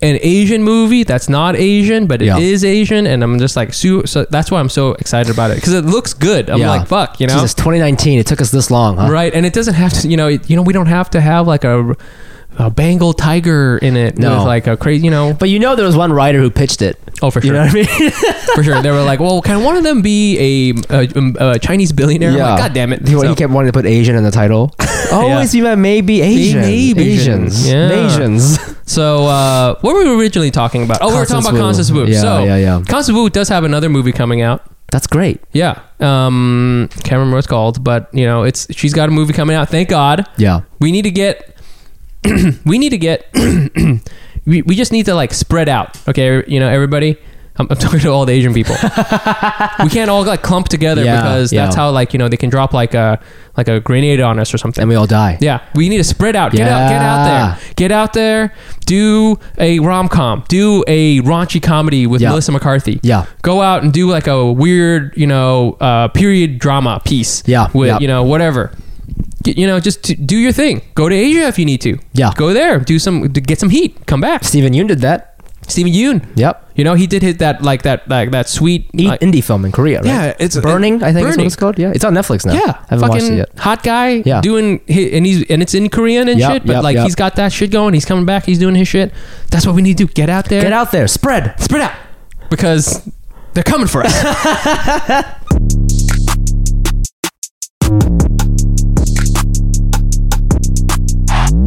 an Asian movie that's not Asian, but it is
Yeah.
Asian, and I'm just like so, so that's why I'm so excited about it because it looks good. I'm
Yeah.
like fuck, you know,
Jesus, 2019. It took us this long, huh?
right? And it doesn't have to, you know, it, you know, we don't have to have like a. A Bengal tiger in it
No.
with like a crazy, you know.
But you know, there was one writer who pitched it.
Oh, for sure.
You know what I mean?
for sure. They were like, "Well, can one of them be a, a, um, a Chinese billionaire?" I'm like, God damn it!
He,
So-
he kept wanting to put Asian in the title. Oh, Always you meant maybe Asian.
maybe
Asians.
Asians. Yeah.
Asians.
So, uh, what were we originally talking about? Oh, we were talking about Constance Wu.
Yeah,
so,
yeah, yeah.
Constance Wu does have another movie coming out.
That's great.
Yeah, um, can't remember what it's called, but you know, it's she's got a movie coming out. Thank God.
Yeah.
We need to get. we need to get. we, we just need to like spread out. Okay, you know, everybody. I'm, I'm talking to all the Asian people. we can't all like clump together
Yeah,
because that's
yeah.
how like you know they can drop like a like a grenade on us or something.
And we all die.
Yeah, we need to spread out. Get out, get
Yeah.
out there, get out there. Do a rom com, do a raunchy comedy with
Yeah.
Melissa McCarthy.
Yeah.
Go out and do like a weird, you know, uh, period drama piece.
Yeah,
with
yeah.
you know whatever. Get, you know, just to do your thing. Go to Asia if you need to.
Yeah.
Go there, do some, get some heat. Come back.
Stephen Yoon did that.
Stephen Yoon.
Yep.
You know, he did hit that like that like that sweet. uh,
E-
like-
indie film in Korea, right?
Yeah, it's-
Burning, I think is
Burning.
what it's called. Yeah. It's on Netflix now.
Yeah,
I haven't
fucking
watched it yet.
hot guy
Yeah.
doing hi and he's and it's in Korean and
Yep,
shit, but
yep,
like
yep.
he's got that shit going. He's coming back. He's doing his shit. That's what we need to do. Get out there.
Get out there. Spread.
Spread out because they're coming for us.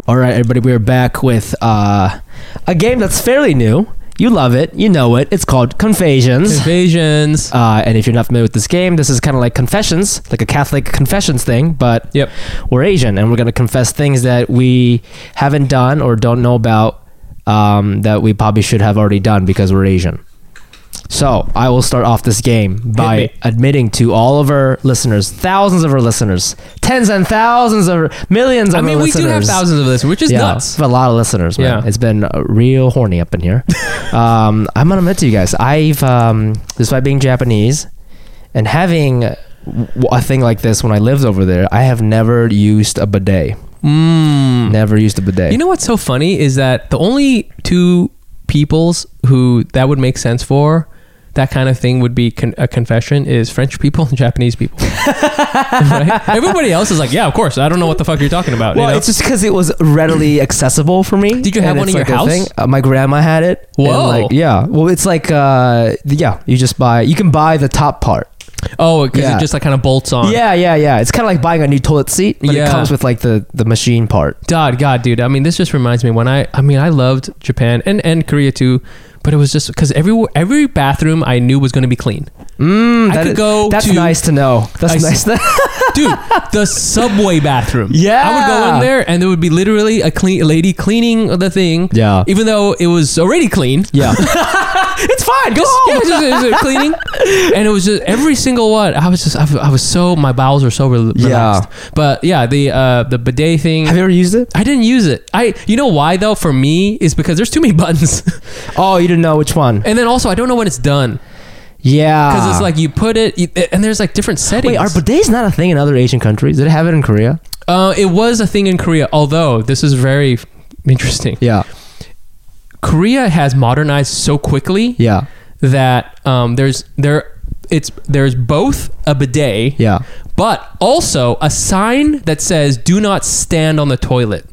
All right, everybody, we are back with uh, a game that's fairly new. You love it. You know it. It's called Confessions.
Invasions.
Uh, and if you're not familiar with this game, this is kind of like confessions, like a Catholic confessions thing, but
Yep.
we're Asian and we're going to confess things that we haven't done or don't know about um, that we probably should have already done because we're Asian. So I will start off this game
me.
by admitting to all of our listeners, thousands of our listeners, tens and thousands of millions of
I mean,
our
we
listeners.
do have thousands of listeners, which is
yeah,
nuts.
we have a lot of listeners. Man.
Yeah.
it's been uh, real horny up in here. um, I'm gonna admit to you guys, I've um, despite being Japanese and having w- a thing like this when I lived over there, I have never used a bidet.
Mm.
Never used a bidet.
You know what's so funny is that the only two peoples who that would make sense for. That kind of thing would be con- a confession is French people and Japanese people. right? Everybody else is like, yeah, of course. I don't know what the fuck you're talking about. you
well,
know?
it's just because it was readily accessible for me.
Did you have
and
one
it's
in your
a
house?
Uh, my grandma had it. and,
Whoa.
like, yeah. Well, it's like uh, yeah. You just buy. You can buy the top part.
Oh, because
Yeah.
it just like kind of bolts on.
Yeah, yeah, yeah. It's kind of like buying a new toilet seat, but it
Yeah.
comes with like the the machine part.
God, God, dude. I mean, this just reminds me when I. I mean, I loved Japan and and Korea too, but it was just because every every bathroom I knew was going to be clean,
Mm,
I could go
That's
to-
nice to know. That's
I s-
nice. To,
dude. the subway bathroom.
Yeah.
I would go in there and there would be literally a clean a lady cleaning the thing.
yeah.
Even though it was already clean,
Yeah. it's fine. Go
yeah, it was just, it was cleaning, and it was just every single one. I was just, I was, I was so, my bowels were so rel-
Yeah.
relaxed. But yeah, the uh, the bidet thing.
Have you ever used it?
I didn't use it. I you know why though for me is because there's too many buttons.
Oh, you didn't know which one.
and then also I don't know when it's done
Yeah.
cuz it's like you put it you, and there's like different settings.
Ah. Wait, are bidets not a thing in other Asian countries? Did it have it in Korea?
uh, it was a thing in Korea although this is very f- interesting.
Yeah.
Korea has modernized so quickly
Yeah.
that um, there's there it's there's both a bidet
Yeah.
but also a sign that says do not stand on the toilet.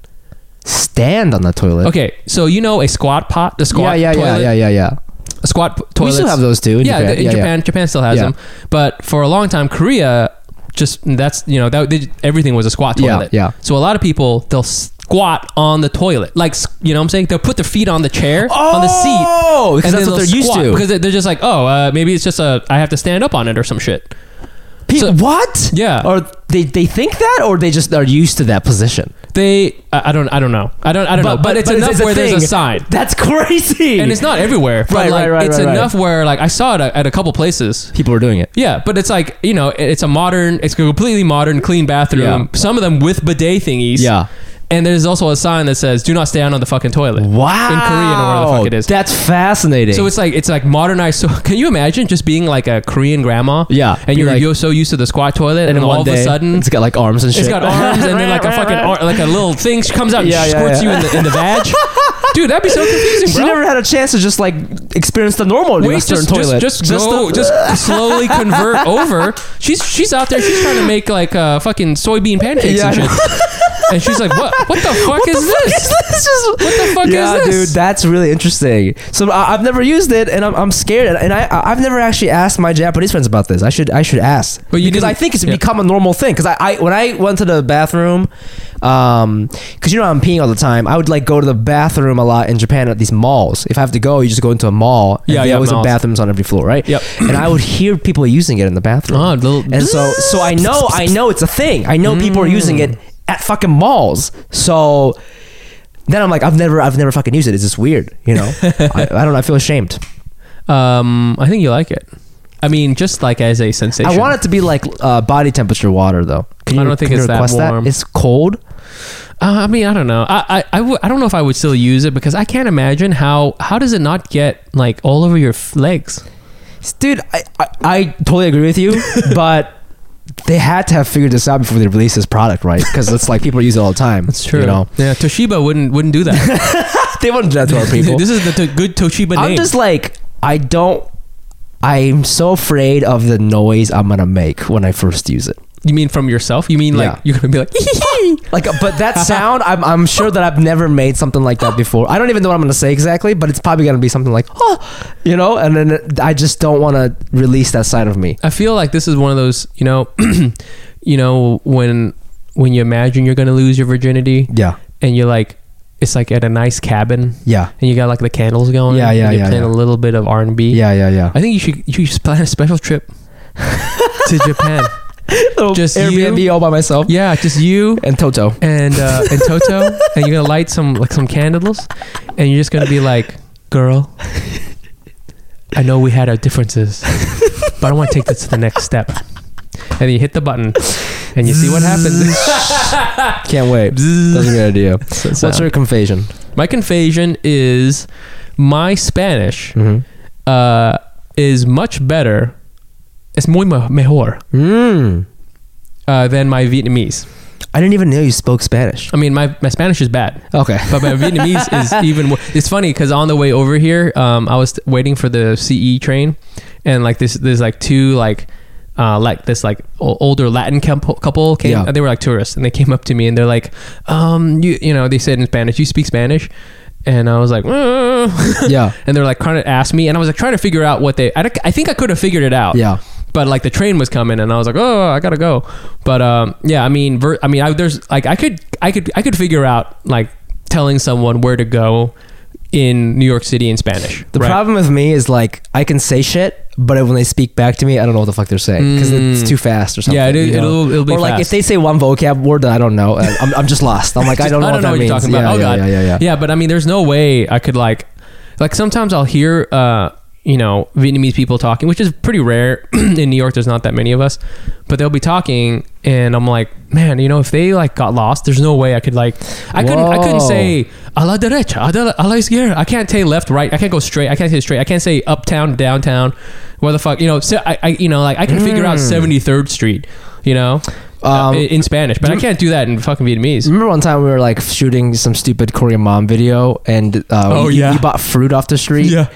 Stand on the toilet.
Okay, so you know a squat pot, the
Yeah,
squat
yeah,
toilet,
yeah, yeah, yeah, yeah.
a squat p-
We
toilet.
still have those too in
yeah,
Japan.
the- in
yeah, yeah.
Japan, Japan still has
Yeah.
them. But for a long time, Korea just that's you know that they, everything was a squat
Yeah,
toilet.
yeah.
So a lot of people they'll squat on the toilet, like s- you know what I'm saying. They'll put their feet on the chair on the seat.
Oh, because
and
that's
then
what
they'll
they're used
squat,
to.
Because they're- they're just like, oh, uh, maybe it's just a I have to stand up on it or some shit.
Pe-
So-
what?
Yeah.
Or they, they think that, or they just are used to that position.
They, I I don't, I don't know. I don't, I don't know. But, it's enough where there's a
thing.
sign,
That's crazy.
and it's not everywhere. But
Right,
like,
right, right,
It's
right, right.
enough where like I saw it at, at a couple places.
people are doing it.
Yeah, but it's like you know, it's a modern, it's a completely modern, clean bathroom.
Yeah.
Some of them with bidet thingies.
Yeah.
and there's also a sign that says "Do not stand on the fucking toilet."
Wow.
In Korean or where the fuck it is.
That's fascinating.
So it's like it's like modernized. So can you imagine just being like a Korean grandma?
Yeah. Be
and you're
like-
you're so used to the squat toilet, and,
and
all
one
of a
day,
sudden
it's got like arms and shit.
It's got arms and then like a fucking ar- like a little thing she comes out and
Yeah, yeah, yeah.
squirts you in the in the vag. Dude, that'd be so confusing,
She
bro.
never had a chance to just like experience the normal
Wait,
Western
just,
toilet.
just just go,
the-
just slowly convert over. She's she's out there. She's trying to make like uh, fucking soybean pancakes
Yeah, I
and
know.
shit. And she's like, "What? What the fuck
what
is
the fuck
this?
is this? Just-
What the fuck
yeah,
is this?"
dude, that's really interesting. So I, I've never used it, and I'm, I'm scared, and I I- I've never actually asked my Japanese friends about this. I should I should ask,
But you
because
didn't-
I think it's
yeah.
become a normal thing. Because I, I when I went to the bathroom, um, because you know I'm peeing all the time, I would like go to the bathroom a lot in Japan at these malls. If I have to go, you just go into a mall. And
Yeah,
they
yeah,
always have
malls.
bathrooms on every floor, right?
Yep.
And I would hear people using it in Ah, the bathroom.
Oh, little-
and so so I know I know it's a thing. I know people are using it at fucking malls. So then I'm like, I've never, I've never fucking used it. It's just weird, you know. I, I don't. know. I feel ashamed.
Um, I think you like it. I mean, just like as a sensation.
I want it to be like uh, body temperature water, though. Can
I don't think
can
it's that
request
warm.
It's cold.
Uh, I mean, I don't know. I, I, I, w- I don't know if I would still use it because I can't imagine how how does it not get like all over your f- legs.
dude. I, I, I totally agree with you, but they had to have figured this out before they released this product, right? Because it's like people use it all the time. That's You know,
Yeah, Toshiba wouldn't wouldn't do that.
they wouldn't do that to our people.
this is the to- good Toshiba name.
I'm just like, I don't. I'm so afraid of the noise I'm gonna make when I first use it.
you mean from yourself? You mean like
Yeah.
you're gonna be like,
Like, uh, but that sound, I'm, I'm sure that I've never made something like that before. I don't even know what I'm gonna say exactly, but it's probably gonna be something like, oh, you know. And then it- I just don't want to release that side of me.
I feel like this is one of those you know, you know when when you imagine you're gonna lose your virginity
Yeah,
and you're like, it's like at a nice cabin
yeah,
and you got like the candles going.
Yeah, yeah,
and You're
yeah,
playing
yeah.
a little bit of R and B.
yeah, yeah, yeah.
I think you should you should plan a special trip to Japan. Just
Airbnb
you?
all by myself
Yeah, just you
and Toto.
and uh, and Toto, and you're gonna light some like some candles, and you're just gonna be like, "Girl, I know we had our differences, but I want to take this to the next step." And you hit the button, and you see what happens.
Can't wait. That's a good idea. What's your confession?
My confession is my Spanish
Mm-hmm.
uh, is much better. It's muy me- mejor
Mm.
uh, than my Vietnamese.
I didn't even know you spoke Spanish.
I mean, my, my Spanish is bad,
Okay.
but my Vietnamese is even more. It's funny because on the way over here, um, I was waiting for the CE train, and like this, there's like two like. Uh, like this like o- older latin couple, couple came
Yeah.
and they were like tourists and they came up to me and they're like um you you know they said in spanish you speak spanish and i was like "Uh."
Yeah.
and they're like trying to ask me and i was like trying to figure out what they i, don't- I think i could have figured it out
Yeah.
but like the train was coming and I was like, oh, I gotta go. But um, yeah, I mean, ver- I mean, I, there's like I could, I could, I could figure out like telling someone where to go in New York City in Spanish.
The
right?
problem with me is like I can say shit, but when they speak back to me, I don't know what the fuck they're saying because it's too fast or something.
Mm. Yeah, it-
you know?
it'll- it'll be
or like if
fast.
they say one vocab word that I don't know, I- I'm, I'm just lost. I'm like I don't know what that means.
you're talking about. oh
yeah,
god,
yeah, yeah, yeah, yeah.
but I mean, there's no way I could like, like sometimes I'll hear, uh, you know, Vietnamese people talking, which is pretty rare in New York. There's not that many of us, but they'll be talking, and I'm like, man, you know, if they like got lost, there's no way I could like, I couldn't, I couldn't
Whoa.
say a la derecha, a la- a la izquierda. I can't say left, right. I can't go straight. I can't say straight. I can't say uptown, downtown. Where the fuck, you know? So I, I you know, like I can figure out 73rd Street, you know. uh,
Hmm. Um,
in- in Spanish, but I can't do that in fucking Vietnamese.
Remember one time we were like shooting some stupid Korean mom video, and uh,
Oh,
you,
yeah.
you bought fruit off the street,
Yeah.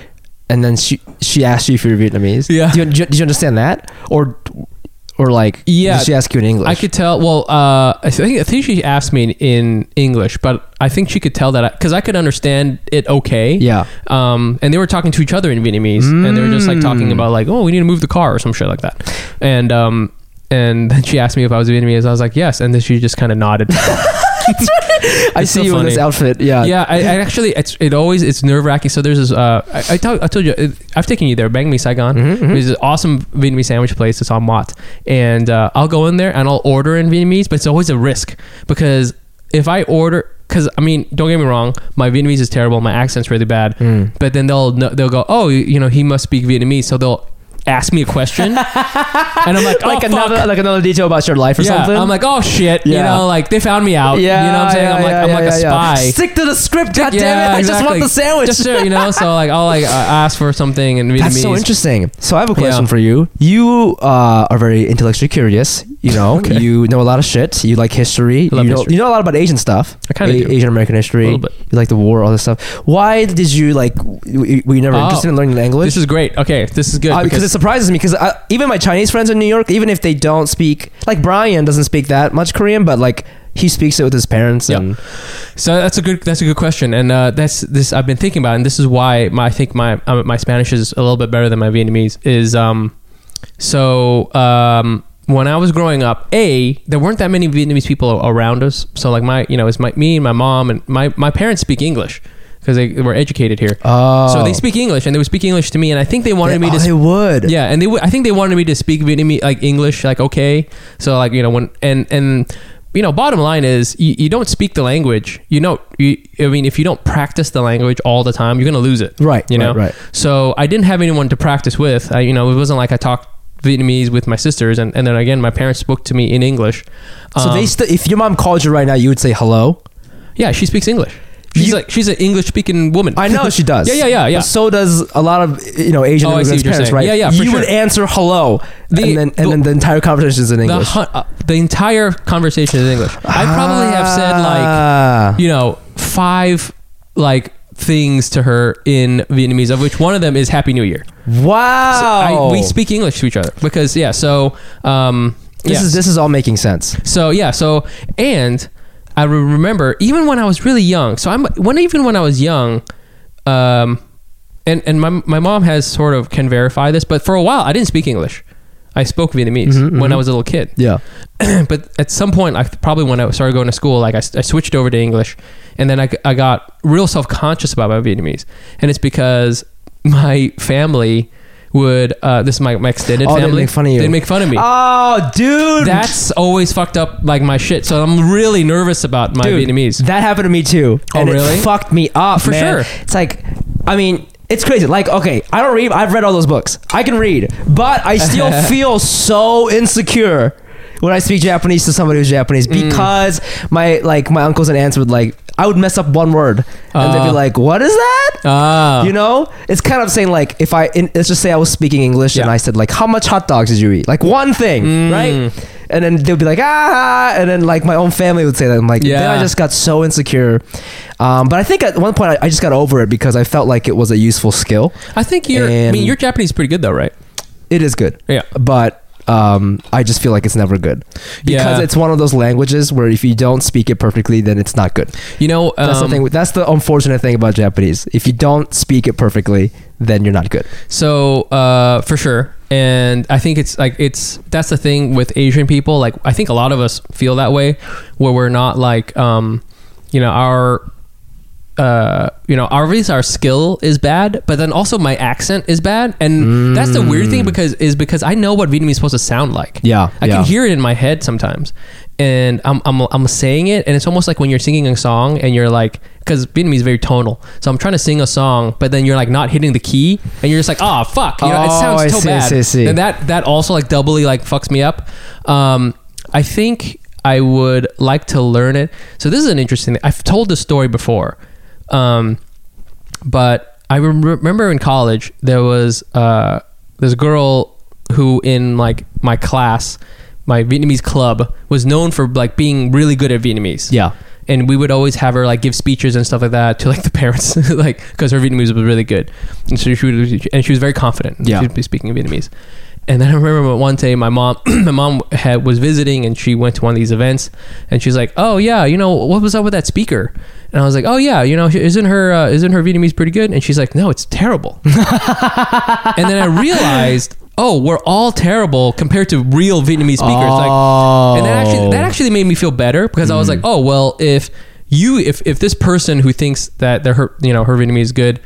and then she she asked you if you were Vietnamese.
Yeah.
Do you, do you- did you understand that, or or like
Yeah.
did she ask you in English?
I could tell. Well, uh, I think I think she asked me in, in English, but I think she could tell that because I, could understand it okay.
Yeah.
Um, and they were talking to each other in Vietnamese, and they were just like
Mm.
talking about like, oh, we need to move the car or some shit like that, and um, and then she asked me if I was Vietnamese. I was like, yes, and then she just kind of nodded.
I
It's
see
so
you in this
funny.
outfit. Yeah.
yeah, I, I actually, it's it always it's nerve wracking. So there's this. Uh, I I, told- I told you, it- I've taken you there, Bang Me Saigon.
Mhm, mhm.
There's this awesome Vietnamese sandwich place. It's on Mott, and uh, I'll go in there and I'll order in Vietnamese, but it's always a risk because if I order, because I mean, don't get me wrong, my Vietnamese is terrible, my accent's really bad,
Mm.
but then they'll kn- they'll go, oh, you, you know, he must speak Vietnamese, so they'll ask me a question, and I'm like,
Like
oh, fuck."
another like another detail about your life or
Yeah,
something.
I'm like, oh shit, you
Yeah.
know, like they found me out.
yeah,
you know what I'm saying?
yeah,
I'm like,
yeah,
I'm like
yeah,
a
yeah.
spy
Stick to the script, god damn it! I just want
exactly.
the sandwich.
Just so- you know, so like I'll like uh, ask for something in Vietnamese.
That's so interesting. So I have a
Yeah.
question for you. You uh, are very intellectually curious. You know,
Okay.
you know a lot of shit. You like history.
I love
you know,
history.
you know a lot about Asian stuff.
I kinda do.
Asian American
A
history.
little bit.
You like the war, all this stuff. Why did you like? w- Were you never
Oh.
interested in learning language?
This is great. Okay, this is good
Uh, because it
because
surprises me because even my Chinese friends in New York, even if they don't speak, like Brian doesn't speak that much Korean, but like he speaks it with his parents.
Yeah.
And
so that's a good that's a good question, and uh, that's this I've been thinking about, and this is why my, I think my um, my Spanish is a little bit better than my Vietnamese is. Um, so um, when I was growing up, a there weren't that many Vietnamese people a- around us. So like my you know it's my me and my mom and my my parents speak English because they were educated here.
oh,
So they speak English, and they would speak English to me, and I think they wanted
They,
me
oh,
to
they would.
Yeah, and they would. I think they wanted me to speak Vietnamese, like English, like okay. So like you know when and and you know bottom line is you, you don't speak the language. You know you. I mean if you don't practice the language all the time, you're gonna lose it.
Right.
You
right,
know.
Right.
So I didn't have anyone to practice with. I, you know it wasn't like I talked Vietnamese with my sisters, and and then again my parents spoke to me in English.
So
Um,
they st- if your mom called you right now, you would say hello.
yeah, she speaks English. She's
You-
like she's an English speaking woman.
I know she does.
Yeah, yeah, yeah, yeah.
But so does a lot of you know Asian
Oh, I
immigrants'
see what you're
parents,
saying.
right?
Yeah, yeah,
You
for
would
sure.
answer hello,
The-
and then and then the entire conversation is in
the,
English.
hun- uh, the entire conversation is English. I probably have said like
Ah.
you know, five like things to her in Vietnamese, of which one of them is Happy New Year.
wow.
So I,
Oh.
we speak English to each other because yeah. So um,
This
yeah.
is this is all making sense.
so yeah. So and I re- remember even when I was really young. So I'm when even when I was young, um, and and my my mom has sort of can verify this, but for a while I didn't speak English. I spoke Vietnamese
Mhm,
when I
mhm.
was a little kid
Yeah.
but at some point, I probably when I started going to school, like I, s- I switched over to English, and then I, g- I got real self conscious about my Vietnamese, and it's because my family would uh, this is my, my extended
Oh, they'd
family
make fun of you.
They'd make fun of me.
Oh, dude.
That's always fucked up like my shit. So I'm really nervous about my
Dude,
Vietnamese.
That happened to me too.
Oh,
and
really?
It fucked me up
For
man.
sure.
It's like, I mean, it's crazy. Like, okay, I don't read. I've read all those books. I can read, but I still feel so insecure when I speak Japanese to somebody who's Japanese
Mm.
because my like my uncles and aunts would like I would mess up one word and they'd be
Ah.
like, "What is that?"
Ah,
You know, it's kind of saying like if I in, let's just say I was speaking English and
Yeah.
I said like how much hot dogs did you eat? Like one thing,
Mm.
right? And then they'll be like ah, and then like my own family would say that. I'm like, then I
Yeah.
just got so insecure. Um, but I think at one point I, I just got over it because I felt like it was a useful skill.
I think you're. I
And-
mean, your Japanese is pretty good though, right?
It is good,
Yeah.
but um, I just feel like it's never good because
Yeah.
it's one of those languages where if you don't speak it perfectly, then it's not good.
You know,
That's
um,
the thing. That's the unfortunate thing about Japanese. If you don't speak it perfectly, then you're not good.
So uh, for sure, and I think it's like it's that's the thing with Asian people. Like I think a lot of us feel that way, where we're not like um, you know our uh, you know our at least our skill is bad, but then also my accent is bad, and that's the weird thing because is because I know what Vietnamese is supposed to sound like.
Mm. Yeah,
I
yeah.
can hear it in my head sometimes, and I'm, I'm I'm saying it, and it's almost like when you're singing a song and you're like, because Vietnamese is very tonal, so I'm trying to sing a song, but then you're like not hitting the key, and you're just like, ah, fuck, you know, it
Oh,
sounds
I
so
see, I
bad,
see, I see.
and that that also like doubly like fucks me up. Um, I think I would like to learn it. So this is an interesting. thing. I've told this story before. Um, but I rem- remember in college there was uh, this girl who in like my class, my Vietnamese club, was known for like being really good at Vietnamese.
Yeah.
and we would always have her like give speeches and stuff like that to like the parents, like because her Vietnamese was really good, and so she would, and she was very confident.
Yeah.
she'd be speaking Vietnamese. And then I remember one day my mom, my mom had was visiting and she went to one of these events, and she's like, "Oh yeah, you know what was up with that speaker?" And I was like, "Oh yeah, you know isn't her uh, isn't her Vietnamese pretty good?" And she's like, "No, it's terrible." and then I realized oh, we're all terrible compared to real Vietnamese speakers. Like,
Oh.
and that actually that actually made me feel better because I was
Mm-hmm.
like, oh well, if you if if this person who thinks that their her you know her Vietnamese is good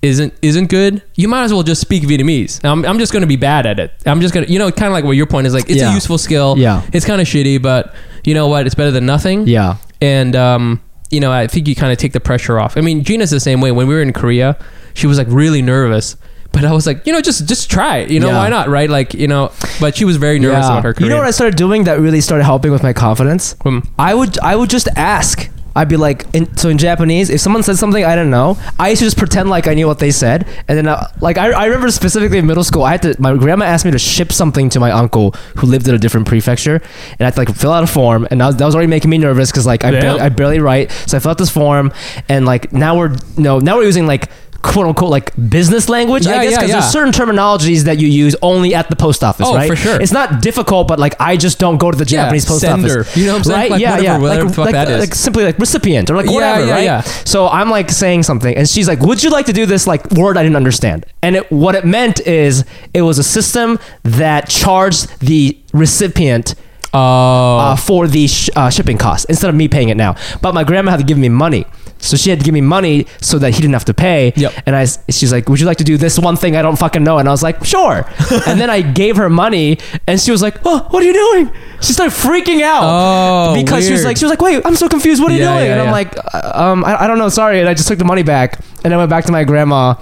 isn't isn't good, you might as well just speak Vietnamese. Now, I'm I'm just going to be bad at it. I'm just gonna you know kind of like what your point is like. It's
Yeah.
a useful skill.
Yeah.
it's kind of shitty, but you know what? It's better than nothing.
Yeah.
And um, you know, I think you kind of take the pressure off. I mean, Gina's the same way. When we were in Korea, she was like really nervous. But I was like, you know, just just try it. You know,
Yeah.
why not? Right? Like, you know, but she was very nervous
yeah.
about her
You
Korean.
know what I started doing that really started helping with my confidence?
Hmm.
I would I would just ask. I'd be like, in, so in Japanese, if someone said something I didn't know, I used to just pretend like I knew what they said, and then I, like I, I remember specifically in middle school, I had to my grandma asked me to ship something to my uncle who lived in a different prefecture, and I had to like fill out a form, and that was, that was already making me nervous because like I,
Yeah.
barely, I barely write, so I filled out this form, and like now we're no now we're using like quote unquote like business language,
Yeah,
I guess
yeah,
because
yeah.
there's certain terminologies that you use only at the post office,
Oh,
right?
for sure.
It's not difficult, but like I just don't go to the
Yeah,
Japanese post
sender.
office.
You know what I'm saying?
Right?
Like,
yeah,
whatever-
yeah.
whatever
like,
the fuck
like,
that is.
like simply like recipient or like
Yeah,
whatever,
yeah,
right?
yeah.
So I'm like saying something, and she's like, "Would you like to do this like word I didn't understand?" And it, what it meant is it was a system that charged the recipient.
Oh,
Uh, for the sh- uh, shipping cost instead of me paying it now, but my grandma had to give me money, so she had to give me money so that he didn't have to pay.
Yep.
And I, s- she's like, "Would you like to do this one thing I don't fucking know?" And I was like, "Sure." and then I gave her money, and she was like, "Oh, what are you doing?" She started freaking out
Oh,
because she was
weird.
like, she was like, "Wait, I'm so confused. What are you
Yeah,
doing?"
yeah,
and I'm
yeah.
like, "Uh, "Um, I, I don't know. Sorry." And I just took the money back, and I went back to my grandma,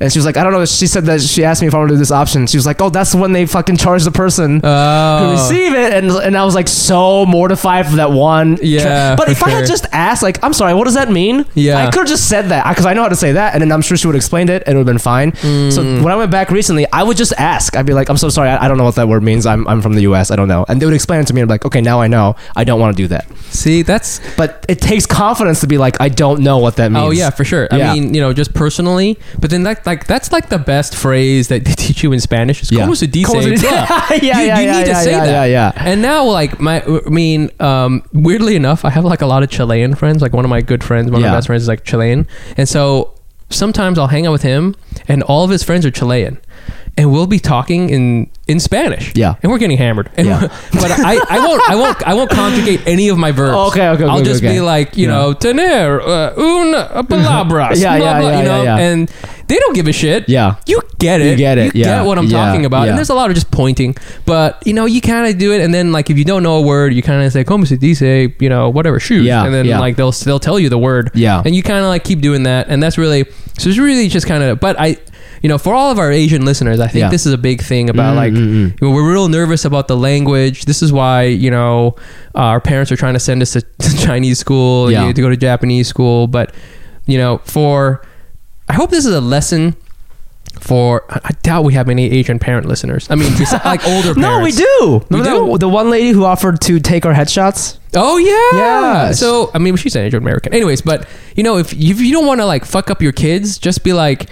and she was like, "I don't know." She said that she asked me if I wanted to do this option. She was like, "Oh, that's when they fucking charge the person."
oh.
to receive it and, and I was like so mortified for that one tra-
Yeah,
but
for
if I had
sure.
just asked like I'm sorry what does that mean
Yeah.
I could have just said that because I know how to say that and then I'm sure she would have explained it and it would have been fine so when I went back recently I would just ask I'd be like I'm so sorry I, I don't know what that word means I'm, I'm from the US I don't know and they would explain it to me and I'm like okay now I know I don't want to do that
See, that's
but it takes confidence to be like I don't know what that means
oh yeah, for sure.
Yeah.
I mean, you know, just personally, but then that like that's like the best phrase that they teach you in Spanish. Is
Yeah.
como se dice.
Como se dice. Yeah, yeah,
you, you
yeah,
need to
yeah,
say
yeah,
that.
yeah, yeah.
And now, like my, I mean, um, weirdly enough, I have like a lot of Chilean friends. Like one of my good friends, one of
Yeah.
my best friends, is like Chilean, and so sometimes I'll hang out with him, and all of his friends are Chilean. And we'll be talking in, in Spanish.
Yeah.
and we're getting hammered. And
Yeah.
but I, I won't I won't I won't conjugate any of my verbs.
Oh, Okay, okay,
I'll
okay,
just
okay.
be like you
Yeah.
know tener uh, una palabras.
Yeah,
blah,
yeah,
blah,
yeah,
you know,
yeah, yeah.
and they don't give a shit.
Yeah.
you get it.
You get it,
You
yeah,
get what I'm
yeah,
talking about.
yeah.
And there's a lot of just pointing, but you know, you kind of do it, and then like if you don't know a word, you kind of say como se dice, you know, whatever shoes,
Yeah,
and then
yeah.
like they'll they'll tell you the word.
Yeah.
and you kind of like keep doing that, and that's really so. It's really just kind of, but I. You know, for all of our Asian listeners, I think
Yeah.
this is a big thing about
Mm,
like
mm, mm.
you know, we're real nervous about the language. This is why you know uh, our parents are trying to send us to, to Chinese school,
Yeah.
you to go to Japanese school. But you know, for I hope this is a lesson for. I I doubt we have any Asian parent listeners. I mean, besi- like older. Parents.
no we do
We
remember
do.
That, the one lady who offered to take our headshots
Oh yeah,
Yeah.
So I mean, she's an Asian American, anyways. But you know, if if you don't want to like fuck up your kids, just be like,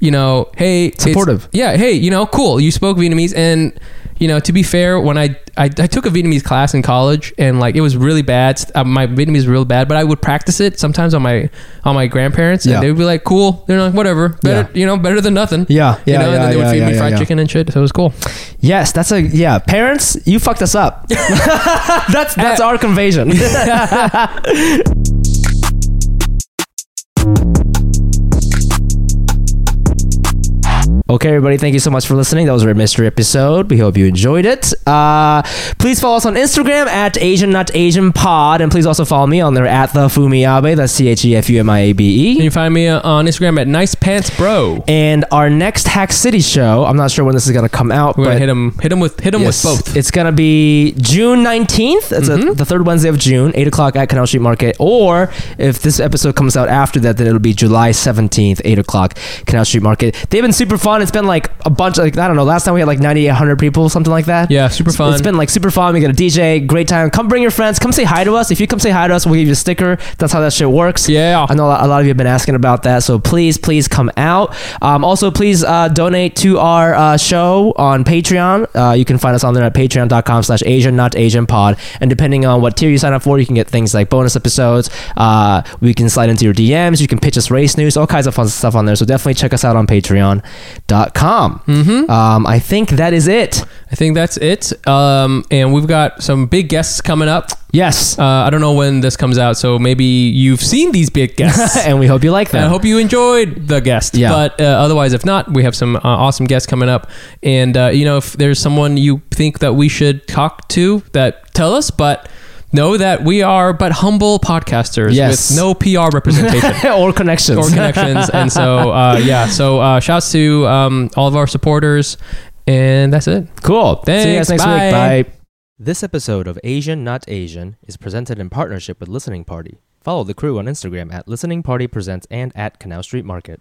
you know, hey, it's-
Supportive.
Yeah, hey, you know, cool. You spoke Vietnamese, and you know, to be fair, when I I, I took a Vietnamese class in college, and like it was really bad. Uh, my Vietnamese was real bad, but I would practice it sometimes on my on my grandparents,
Yeah.
and they would be like, cool. They're like, whatever, better, you know, better than nothing.
Yeah, yeah,
you know, and
yeah,
then they would
yeah,
feed
yeah,
me
yeah,
fried
yeah.
chicken and shit. So it was cool.
Yes, that's a yeah. Parents, you fucked us up. that's that's our convasion. Okay, everybody, thank you so much for listening. That was our mystery episode. We hope you enjoyed it. Uh, please follow us on Instagram at Asian Not Asian Pod, and please also follow me on there at the Fumiabe. That's C H E F U M I A B E.
And you find me uh, on Instagram at nice pants bro.
And our next Hack City show, I'm not sure when this is gonna come out,
We're
but
gonna hit him, hit him with, hit him
Yes.
with both. Mm-hmm.
It's gonna be June nineteenth. It's a- the third Wednesday of June, eight o'clock at Canal Street Market. Or if this episode comes out after that, then it'll be July seventeenth, eight o'clock, Canal Street Market. They've been super fun. It's been like a bunch. Like I don't know. Last time we had like 90, 100 people, something like that.
Yeah, super
It's-
fun.
It's been like super fun. We got a DJ, great time. Come bring your friends. Come say hi to us. If you come say hi to us, we'll give you a sticker. That's how that shit works.
yeah.
I know a lot- a lot of you have been asking about that, so please, please come out. Um, also, please uh, donate to our uh, show on Patreon. Uh, you can find us on there at patreon.com slash Asian Not Asian Pod. And depending on what tier you sign up for, you can get things like bonus episodes. Uh, we can slide into your DMs. You can pitch us race news, all kinds of fun stuff on there. So definitely check us out on Patreon.com canalshoot.com.
Mm-hmm.
Um, I think that is it.
I think that's it. Um, and we've got some big guests coming up.
Yes.
Uh, I don't know when this comes out, so maybe you've seen these big guests.
and we hope you like
And I
that.
hope you enjoyed the guest.
Yeah.
But uh, otherwise, if not, we have some uh, awesome guests coming up. And, uh, you know, if there's someone you think that we should talk to, that tell us, but know that we are but humble podcasters
Yes.
with no PR representation.
or connections.
or connections and so uh, yeah so uh, shouts to um, all of our supporters and that's it
Cool. See you guys
Thanks.
next
Bye.
week. Bye. This episode of Asian Not Asian is presented in partnership with Listening Party. Follow the crew on Instagram at Listening Party Presents and at Canal Street Market.